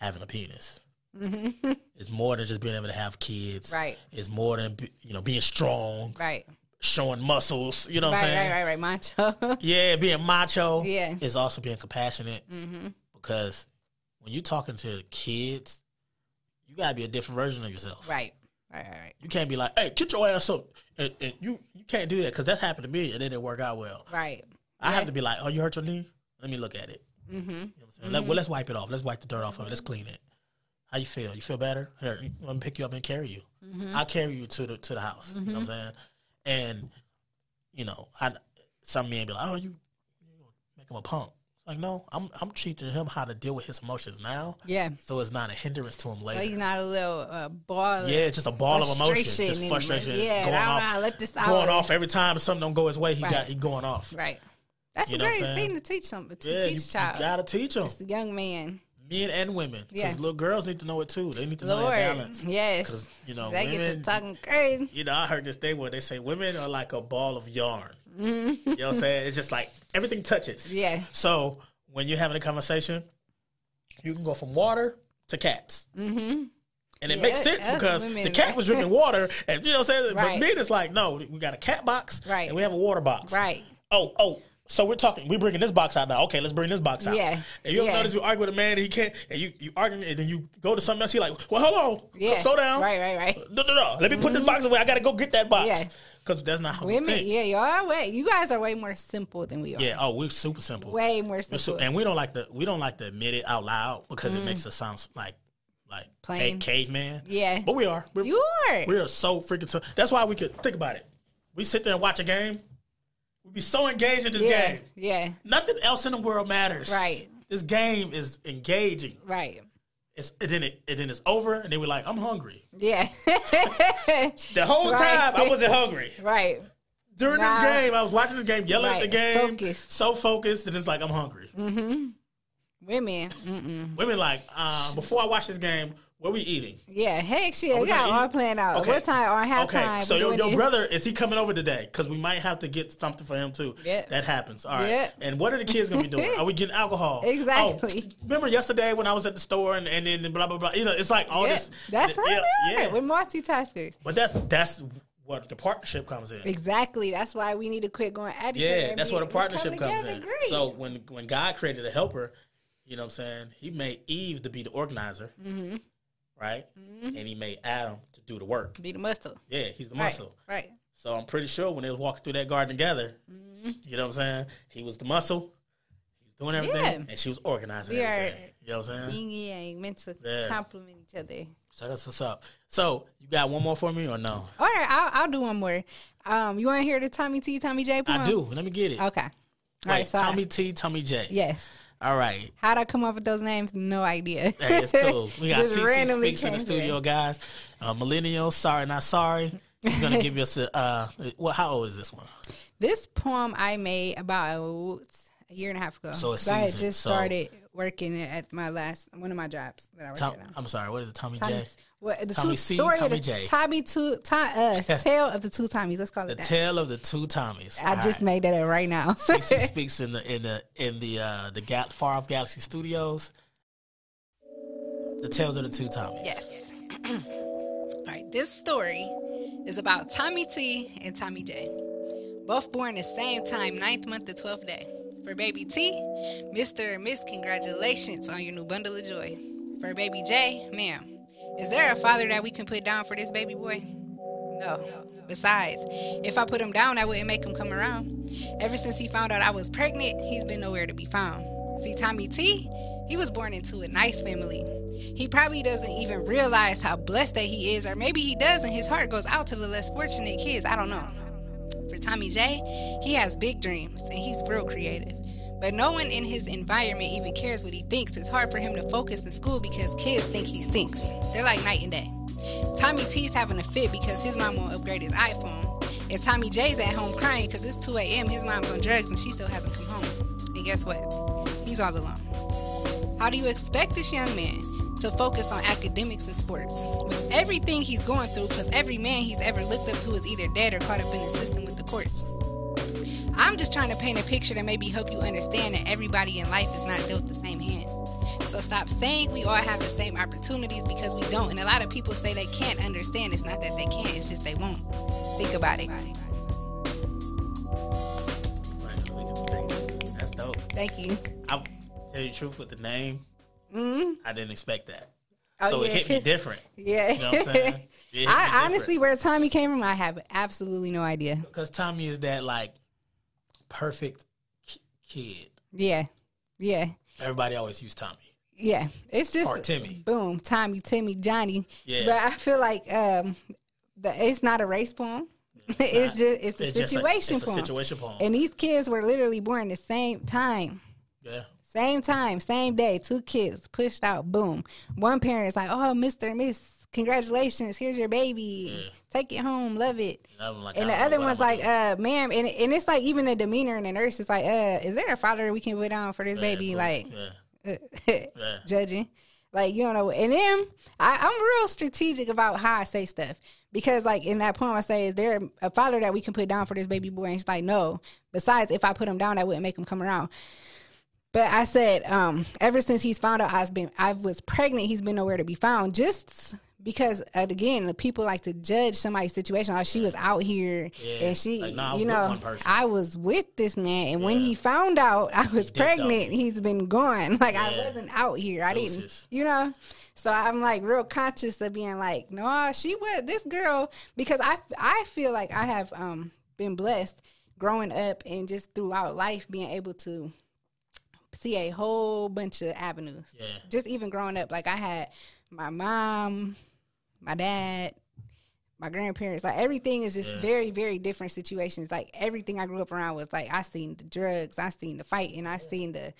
A: having a penis
B: Mm-hmm.
A: it's more than just being able to have kids
B: Right.
A: it's more than be- you know being strong
B: Right.
A: showing muscles you know what i'm
B: Right,
A: saying
B: right, right, right. Macho.
A: yeah being macho
B: Yeah.
A: is also being compassionate
B: mm-hmm.
A: because when you're talking to kids you gotta be a different version of yourself
B: Right. Right, right, right.
A: you can't be like hey get your ass up and, and you you can't do that because that's happened to me and it didn't work out well
B: Right.
A: I have to be like, oh, you hurt your knee? Let me look at it.
B: Mm-hmm.
A: You know what I'm saying? Let, well, let's wipe it off. Let's wipe the dirt off of it. Let's clean it. How you feel? You feel better? Here, let me pick you up and carry you.
B: Mm-hmm.
A: I'll carry you to the to the house. You know what I'm saying? And you know, I some men be like, oh, you, you gonna make him a punk. It's like, no, I'm I'm teaching him how to deal with his emotions now,
B: Yeah.
A: so it's not a hindrance to him later.
B: Like not a little uh, ball.
A: yeah, it's just a ball of emotions,
B: frustration
A: just
B: and-
A: frustration,
B: yeah, I
A: going
B: don't know
A: off,
B: how to let this out.
A: going off every time something don't go his way. He
B: Right.
A: got he going off.
B: Right. That's
A: You
B: a
A: know what I'm
B: great
A: saying?
B: thing to teach somebody to
A: Yeah, you,
B: teach child.
A: you gotta teach him.
B: it's the young man.
A: men and women. Because
B: Yeah.
A: little girls need to know it too. They need to know their
B: Lord.
A: balance.
B: Yes.
A: Because you know,
B: That gets
A: women.
B: to talking crazy.
A: You know, I heard this thing where they say women are like a ball of yarn. You know what I'm saying? It's just like everything touches.
B: Yeah.
A: So when you're having a conversation, you can go from water to cats. Mm-hmm. And it
B: Yeah,
A: makes sense
B: us
A: because
B: women,
A: the cat
B: right.
A: was drinking water, and you know what I'm saying.
B: Right.
A: But men is like, no, we got a cat box,
B: Right.
A: And we have a water box,
B: Right.
A: Oh, oh. So we're talking. We're bringing this box out now. Okay, let's bring this box out.
B: Yeah,
A: And you ever
B: yeah.
A: notice you argue with a man and he can't, and you you arguing, and then you go to something else. He like, well, hold on,
B: Yeah.
A: slow down. Uh,
B: Right, right, right.
A: No, no, no. Let me put this box away. I gotta go get that box
B: Yeah.
A: because that's not how we
B: Women,
A: think.
B: yeah, y'all are way. You guys are way more simple than we are.
A: Yeah. Oh, we're super simple.
B: Way more
A: We're
B: simple.
A: su- and we don't like to we don't like to admit it out loud because it makes us sound like like
B: Mm. Plain.
A: ca- caveman.
B: Yeah.
A: But we are. We're,
B: you are.
A: We are so freaking. So, that's why we could think about it. We sit there and watch a game. We be so engaged in this
B: yeah.
A: game.
B: Yeah.
A: Nothing else in the world matters.
B: Right.
A: This game is engaging.
B: Right.
A: It's and then it and then it's over and then we're like, I'm hungry.
B: Yeah.
A: The whole
B: Right.
A: time I wasn't hungry.
B: right.
A: During
B: Nah.
A: this game, I was watching this game, yelling at the
B: Right.
A: game,
B: Focused. Mm-hmm.
A: so focused that it's like I'm hungry.
B: Women. Mm, Mm-mm.
A: Women like, uh, before I watch this game, what we eating?
B: Yeah. Heck, shit.
A: we
B: We got
A: gonna
B: all
A: eat?
B: planned out.
A: Okay.
B: What time? Or halftime?
A: Okay, so
B: we
A: your,
B: doing
A: your
B: this.
A: brother is he coming over today? Because we might have to get something for him too.
B: Yeah.
A: that happens. All right.
B: Yeah.
A: And what are the kids gonna be doing? are we getting alcohol? Oh,
B: Exactly.
A: remember yesterday when I was at the store and and then blah blah blah. You know, it's like all
B: Yeah.
A: this.
B: That's
A: yeah,
B: how we are.
A: yeah.
B: We're multitaskers.
A: But that's that's what the partnership comes in.
B: Exactly. That's why we need to quit going at each other
A: Yeah,
B: and
A: that's
B: be-
A: where the
B: we
A: partnership
B: come
A: comes
B: together
A: in.
B: Great.
A: So when
B: Mm-hmm.
A: when God created a helper, you know what I'm saying? He made Eve to be the organizer right? And he made Adam to do the work.
B: Be the muscle.
A: Yeah, he's the
B: Mm-hmm. Right,
A: muscle.
B: Right.
A: So I'm pretty sure when they was walking through that garden together,
B: Mm-hmm.
A: you know what I'm saying? He was the muscle. He was doing everything,
B: Yeah.
A: and she was organizing
B: We are-
A: everything. You know what I'm saying?
B: Yin yang meant to
A: Yeah.
B: complement each other.
A: So that's what's up. So you got one more for me or no?
B: All right, I'll, I'll do one more. Um, you want to hear the Tommy T, Tommy J poem?
A: I do. Let me get it.
B: Okay. All
A: Wait,
B: right, so I-
A: Tommy T, Tommy J.
B: yes.
A: All right.
B: How'd I come up with those names? No idea.
A: Hey, it's cool. We got
B: Just
A: CC
B: randomly
A: Speaks in the
B: came to it.
A: studio, guys. Uh, millennial, sorry, not sorry. He's going to give us a, uh, well, how old is this one?
B: This poem I made about a year and a half ago.
A: So it's
B: I had
A: seasoned,
B: just
A: so-
B: started working at my last one of my jobs that I worked
A: Tom,
B: at.
A: I'm sorry, what is it, Tommy,
B: Tommy,
A: J?
B: well, the
A: Tommy
B: two,
A: C,
B: story
A: Tommy
B: of the
A: J.
B: Tommy two, to, uh, tale of the two Tommies. Let's call it
A: The
B: that.
A: Tale of the Two Tommies.
B: I just made that up right now.
A: CC Speaks in the, in the, in the, uh, the Gal- Far Off Galaxy Studios. The Tales of the Two Tommies.
B: Yes. All right, this story is about Tommy T and Tommy J. Both born the same time, ninth month, the 12th day. For baby T, Mr. and Miss, congratulations on your new bundle of joy. For baby J, ma'am, is there a father that we can put down for this baby boy? No. Besides, if I put him down, I wouldn't make him come around. Ever since he found out I was pregnant, he's been nowhere to be found. See, Tommy T, he was born into a nice family. He probably doesn't even realize how blessed that he is, or maybe he does, and his heart goes out to the less fortunate kids. I don't know. For Tommy J, he has big dreams and he's real creative. But no one in his environment even cares what he thinks. It's hard for him to focus in school because kids think he stinks. They're like night and day. Tommy T's having a fit because his mom won't upgrade his iPhone. And Tommy J's at home crying because it's 2 a.m. His mom's on drugs and she still hasn't come home. And guess what? He's all alone. How do you expect this young man to focus on academics and sports? With everything he's going through, because every man he's ever looked up to is either dead or caught up in the system with the courts. I'm just trying to paint a picture that maybe help you understand that everybody in life is not dealt the same hand. So stop saying we all have the same opportunities because we don't. And a lot of people say they can't understand. It's not that they can't, it's just they won't. Think about it.
A: That's dope.
B: Thank you.
A: I tell you the truth with the name, I didn't expect
B: Mm-hmm.
A: that.
B: Oh,
A: so it
B: yeah.
A: hit me different.
B: Yeah.
A: You know what I'm saying? Yeah, it's
B: I honestly, where Tommy came from, I have absolutely no idea.
A: Because Tommy is that like perfect ki- kid.
B: Yeah. Yeah.
A: Everybody always use Tommy.
B: Yeah. It's just
A: Or Timmy.
B: Boom. Tommy, Timmy, Johnny.
A: Yeah.
B: But I feel like um the, it's not a race poem. it's just it's a
A: It's just like-
B: situation
A: it's a
B: poem.
A: situation poem.
B: And these kids were literally born the same time.
A: yeah.
B: Same time, same day, two kids pushed out, boom. One parent's like, Oh, Mr. and Miss, congratulations, here's your baby. Take it home, love it.
A: And, I'm like,
B: And the
A: I don't
B: other
A: know what
B: one's
A: I'm
B: like, uh, ma'am, and, and it's like even the demeanor in the nurse is like, uh, is there a father we can put down for this
A: gonna do.
B: baby? Like,
A: yeah. Yeah.
B: judging. Like you don't know, and then I, I'm real strategic about how I say stuff because, like in that poem, I say, "Is there a father that we can put down for this baby boy?" And she's like, "No." Besides, if I put him down, I wouldn't make him come around. But I said, um, ever since he's found out I've been, I was pregnant, he's been nowhere to be found. Just because, uh, again, the people like to judge somebody's situation. Like she was out here,
A: Yeah.
B: and she,
A: Like, nah, I was
B: you
A: with
B: know,
A: one person.
B: I was with this man, and when he found out I was
A: dipped out.
B: pregnant, he's been gone. Like I
A: Yeah.
B: wasn't out here. I didn't,
A: Deuces.
B: you know. So I'm like real conscious of being like, no, she was this girl because I I feel like I have um been blessed growing up and just throughout life being able to see a whole bunch of avenues.
A: Yeah.
B: Just even growing up, like I had my mom, my dad, my grandparents, like everything is just very, very different situations. Like everything I grew up around was like I seen the drugs, I seen the fighting, I seen the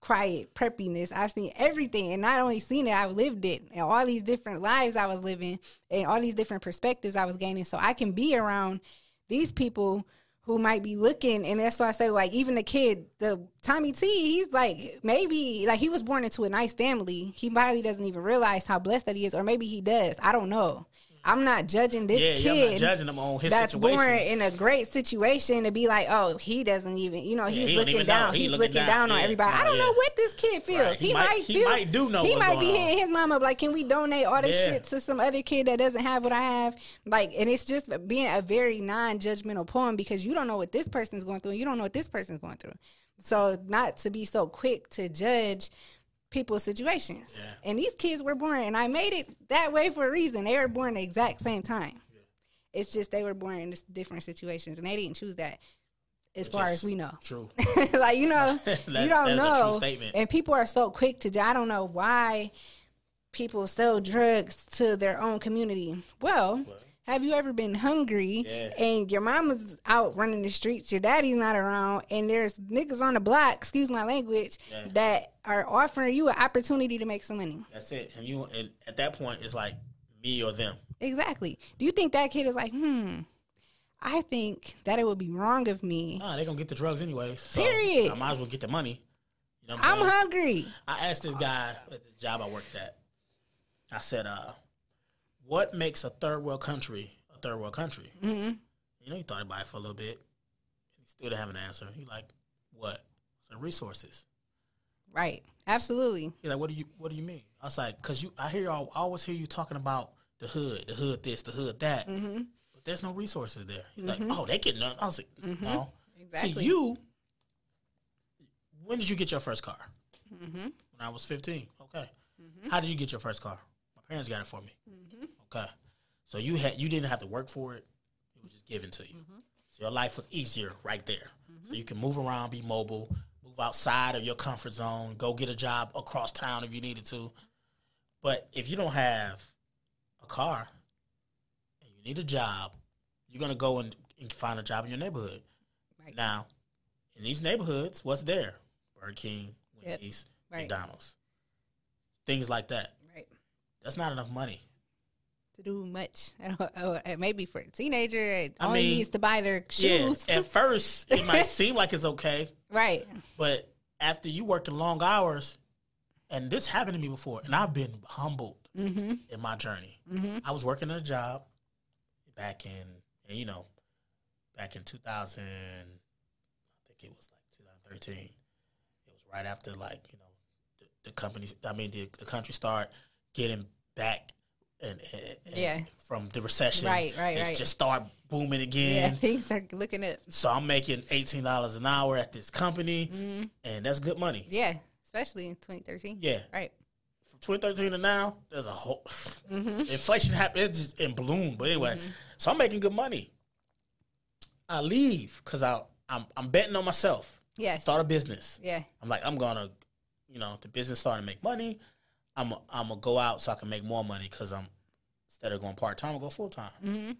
B: quiet preppiness, I've seen everything. And not only seen it, I've lived it. And all these different lives I was living and all these different perspectives I was gaining. So I can be around these people who might be looking and that's why I say like even the kid, the Tommy T, he's like maybe like he was born into a nice family. He probably doesn't even realize how blessed that he is, or maybe he does. I don't know. I'm not judging this
A: Yeah, yeah,
B: kid
A: I'm not judging him on his
B: that's
A: situation.
B: born in a great situation to be like, oh, he doesn't even, you know, he's
A: he don't
B: looking
A: even
B: down,
A: know. He
B: he's
A: looking
B: looking down,
A: down.
B: on
A: Yeah.
B: everybody. I
A: Nah,
B: don't know
A: yeah.
B: what this kid feels.
A: Right.
B: He,
A: He
B: might,
A: might- he
B: feel,
A: might do know
B: He
A: what's
B: might
A: going
B: be
A: on.
B: hitting his mom up like, can we donate all this
A: Yeah.
B: shit to some other kid that doesn't have what I have? Like, and it's just being a very non-judgmental poem because you don't know what this person's going through, and you don't know what this person's going through. So not to be so quick to judge people's situations.
A: Yeah.
B: And these kids were born, and I made it that way for a reason. They were born the exact same time. It's just they were born in this different situations, and they didn't choose that, as far
A: is
B: as we know.
A: True.
B: like you know,
A: That-
B: you don't
A: that is a
B: know.
A: true statement.
B: And people are so quick to. ju- I don't know why people sell drugs to their own community. Well. Have you ever been hungry
A: Yeah.
B: and your mama's out running the streets, your daddy's not around, and there's niggas on the block, excuse my language,
A: Yeah.
B: that are offering you an opportunity to make some money?
A: That's it. And you and at that point it's like me or them.
B: Exactly. Do you think that kid is like, hmm, I think that it would be wrong of me.
A: Nah, they gonna get the drugs anyway. So
B: Period.
A: I might as well get the money. You know what I'm
B: I'm
A: saying?
B: hungry.
A: I asked this guy at the job I worked at. I said, uh, "What makes a third world country a third world country?" Mm-hmm. You know, he thought about it for a little bit. He still didn't have an answer. He like, "What?" I said, "Resources."
B: Right. Absolutely.
A: He's like, "What do you What do you mean?" I was like, "Cause you, I hear y'all I always hear you talking about the hood, the hood this, the hood that, but there's no resources there." He's like, "Oh, they get none." I was like, "No."
B: Exactly.
A: See, you. When did you get your first car? When I was 15. Okay. How did you get your first car? My parents got it for me. Okay. So you had you didn't have to work for it. It was just given to you. So your life was easier right there. So you can move around, be mobile, move outside of your comfort zone, go get a job across town if you needed to. But if you don't have a car and you need a job, you're gonna go and, and find a job in your neighborhood.
B: Right.
A: Now, in these neighborhoods, what's there? Burger King,
B: Yep.
A: Wendy's,
B: Right.
A: McDonald's, things like that.
B: Right.
A: That's not enough money.
B: To do much. I don't, oh, uh, maybe for a teenager, it
A: I
B: only
A: mean,
B: needs to buy their shoes.
A: Yeah, at first it might seem like it's okay,
B: right.
A: but after you working long hours, and this happened to me before, and I've been humbled
B: Mm-hmm.
A: in my journey. I was working at a job back in, and you know, back in 2000, I think it was like 2013. It was right after like you know, the, the company, I mean the, the country start getting back. And, and- and
B: Yeah.
A: from the recession,
B: Right, right,
A: it's
B: right.
A: just start booming
B: Yeah.
A: again.
B: Things are looking up.
A: So I'm making eighteen dollars an hour at this company, and that's good money.
B: Yeah. Especially in 2013.
A: Yeah.
B: Right.
A: From 2013 to now, there's a whole inflation happened it just in bloom. But anyway, so I'm making good money. I leave because I I'm, I'm betting on myself.
B: Yeah.
A: Start a business.
B: Yeah.
A: I'm like I'm gonna, you know, the business starting to make money. I'm i I'm gonna go out so I can make more money because I'm instead of going part time, I go full time.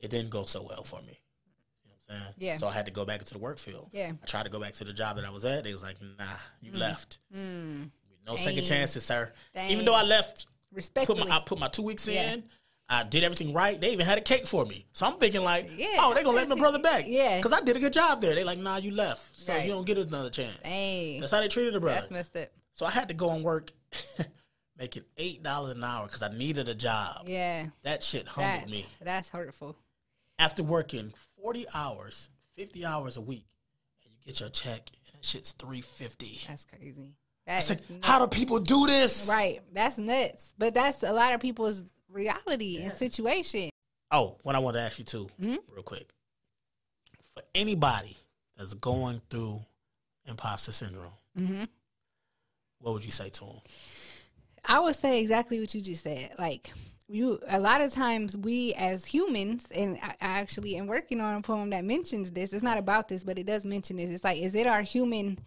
A: It didn't go so well for me. You know what I'm saying?
B: Yeah.
A: So I had to go back into the work field.
B: Yeah.
A: I tried to go back to the job that I was at. They was like, Nah, you left.
B: Mm.
A: No second
B: Dang.
A: chances, sir. Even
B: Dang.
A: though I left, put
B: Respectfully.
A: my I put my two weeks
B: Yeah.
A: in. I did everything right. They even had a cake for me. So I'm thinking like,
B: Yeah.
A: oh, they gonna let my brother back.
B: Yeah.
A: Because I did a good job there. They like, nah, you left. So
B: Right.
A: you don't get another chance.
B: Dang.
A: That's how they treated the brother.
B: That's messed up.
A: so I had to go and work, making eight dollars an hour because I needed a job.
B: Yeah.
A: That shit humbled
B: That,
A: me.
B: that's hurtful.
A: After working forty hours, fifty hours a week, and you get your check, and that shit's three fifty.
B: That's crazy.
A: It's
B: That's
A: like, how do people do this?
B: right. That's nuts. But that's a lot of people's reality and situation.
A: Oh, what I want to ask you too,
B: Mm-hmm.
A: real quick. For anybody that's going through imposter syndrome,
B: Mm-hmm.
A: what would you say to them?
B: I would say exactly what you just said. Like you, a lot of times we as humans, and I, I actually am working on a poem that mentions this. It's not about this, but it does mention this. It's like, is it our human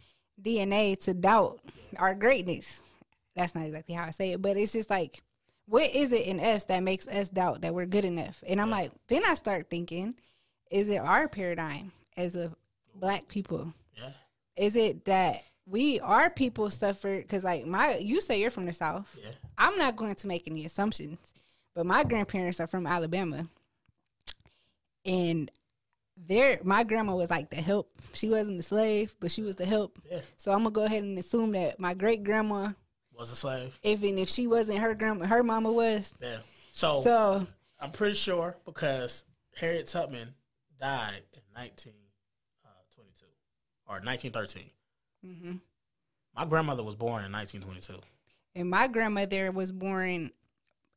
B: DNA to doubt our greatness? That's not exactly how I say it, but it's just like, what is it in us that makes us doubt that we're good enough? And I'm like, then I start thinking, is it our paradigm as a black people?
A: Yeah,
B: Is it that we are people suffered? Because like my, you say you're from the south.
A: yeah,
B: I'm not going to make any assumptions, but my grandparents are from Alabama, and their my grandma was like the help. She wasn't a slave, but she was the help.
A: yeah.
B: So I'm gonna go ahead and assume that my great grandma,
A: Was a slave.
B: even if she wasn't her grandma, her mama was.
A: Yeah. So,
B: So
A: I'm pretty sure because Harriet Tubman died in 1922 or 1913.
B: mhm.
A: My grandmother was born in 1922.
B: and my grandmother was born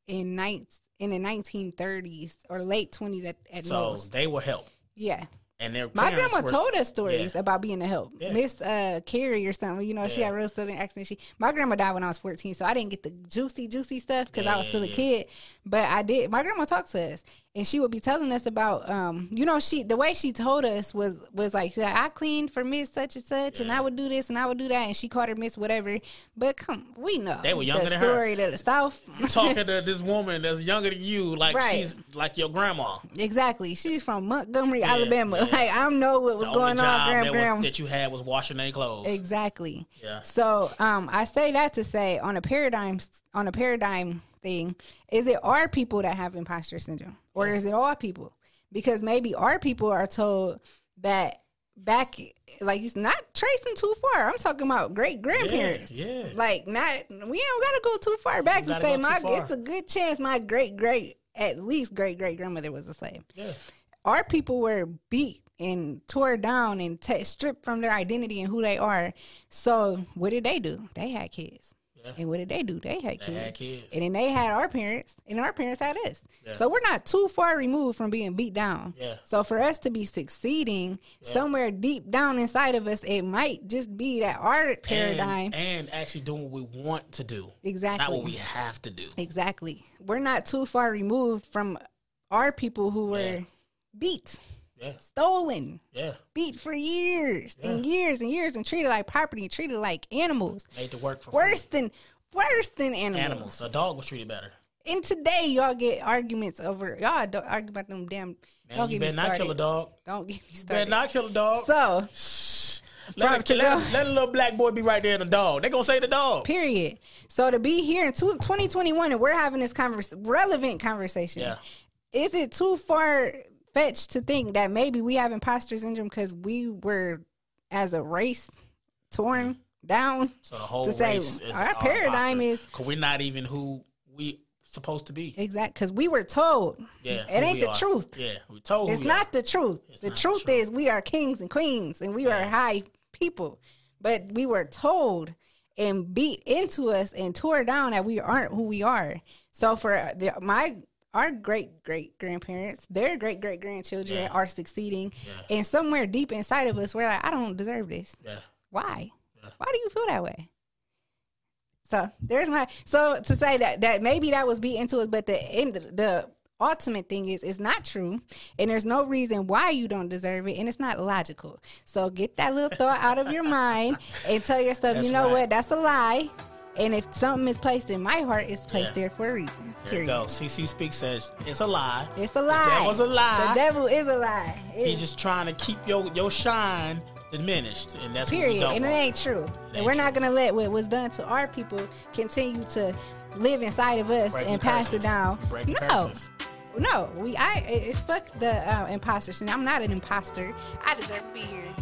B: in ninth in the 1930s or late 20s at, at
A: So
B: most.
A: they were helped.
B: Yeah,
A: and their
B: My
A: parents
B: grandma
A: were-
B: told us stories
A: Yeah.
B: about being a help.
A: Yeah.
B: Miss uh, Carrie or something. You know, she
A: Yeah.
B: had real southern accent. She my grandma died when I was fourteen, so I didn't get the juicy, juicy stuff because I was
A: Yeah,
B: still a
A: yeah.
B: kid. But I did. My grandma talked to us, and she would be telling us about, um, you know, she the way she told us was was like, I cleaned for Miss such and such, and I would do this and I would do that, and she called her Miss whatever. But come, we know
A: They were younger
B: the
A: than her.
B: story to the south.
A: talking to this woman that's younger than you, like
B: Right.
A: she's like your grandma.
B: exactly. She's from Montgomery, Alabama. Like I don't know what was
A: The
B: going
A: only
B: on,
A: job
B: Graham.
A: that,
B: Graham.
A: was, that you had was washing their clothes.
B: Exactly.
A: Yeah.
B: So um, I say that to say on a paradigm on a paradigm thing, is it our people that have imposter syndrome, or is it all people? Because maybe our people are told that back, like it's not tracing too far. I'm talking about great grandparents.
A: yeah.
B: Like not, we don't gotta go too far back to
A: gotta
B: say
A: go too
B: my.
A: far.
B: It's a good chance my great great at least great great grandmother was a slave
A: yeah.
B: our people were beat and tore down and t- stripped from their identity and who they are. So what did they do? They had kids.
A: Yeah.
B: And what did they do? They had
A: They
B: kids.
A: had kids.
B: And then they had our parents, and our parents had us.
A: Yeah.
B: So we're not too far removed from being beat down.
A: Yeah.
B: So for us to be succeeding somewhere deep down inside of us, it might just be that our
A: And-
B: paradigm.
A: And, actually doing what we want to do.
B: exactly.
A: Not what we have to do.
B: exactly. We're not too far removed from our people who were
A: Yeah.
B: beat,
A: Yeah.
B: stolen,
A: Yeah.
B: beat for years and years and years and treated like property, treated like animals.
A: Made to work for free.
B: Worse than worse than animals.
A: animals. A dog was treated better.
B: And today y'all get arguments over y'all don't argue about them damn
A: Man,
B: don't
A: you
B: get me
A: better not
B: started.
A: kill a dog.
B: Don't get me started.
A: Better not kill a dog.
B: so
A: let,
B: from
A: a, let, let a little black boy be right there in the dog. They gonna say the dog.
B: period. So to be here in two- 2021 and we're having this convers- relevant conversation.
A: Yeah.
B: Is it too far fetched to think that maybe we have imposter syndrome because we were as a race torn
A: Mm.
B: down?
A: So the whole
B: to say,
A: race is
B: our paradigm is-
A: because we're not even who we supposed to be.
B: Exact, because we were told.
A: Yeah,
B: it
A: who
B: ain't
A: we
B: the
A: are.
B: truth.
A: Yeah, we told
B: It's
A: we are.
B: not the truth. the
A: not the
B: truth is we are kings and queens, and we are high people. But we were told and beat into us and tore down that we aren't who we are. So for uh, the, my our great great grandparents, their great great grandchildren
A: Yeah.
B: are succeeding,
A: Yeah.
B: and somewhere deep inside of us, we're like, I don't deserve this.
A: Yeah.
B: Why?
A: Yeah.
B: Why do you feel that way? So there's my so to say that that maybe that was beat into it, but the end the ultimate thing is it's not true, and there's no reason why you don't deserve it, and it's not logical. So get that little thought out of your mind and tell yourself,
A: That's
B: you know
A: right.
B: what, that's a lie. And if something is placed in my heart, it's placed
A: Yeah.
B: there for a reason.
A: There
B: Period.
A: you go. CC Speak says it's a lie.
B: It's a lie.
A: devil's a lie.
B: The devil is a lie.
A: He's
B: It's
A: just trying to keep your your shine diminished, and that's
B: period.
A: what we
B: And it
A: don't
B: ain't true. and
A: ain't
B: we're not gonna let what was done to our people continue to live inside of us
A: Breaking
B: and pass
A: curses.
B: it down.
A: You breaking
B: no.
A: curses.
B: No, we I it- it's fuck the uh, imposter syndrome. I'm not an imposter. I deserve to be here.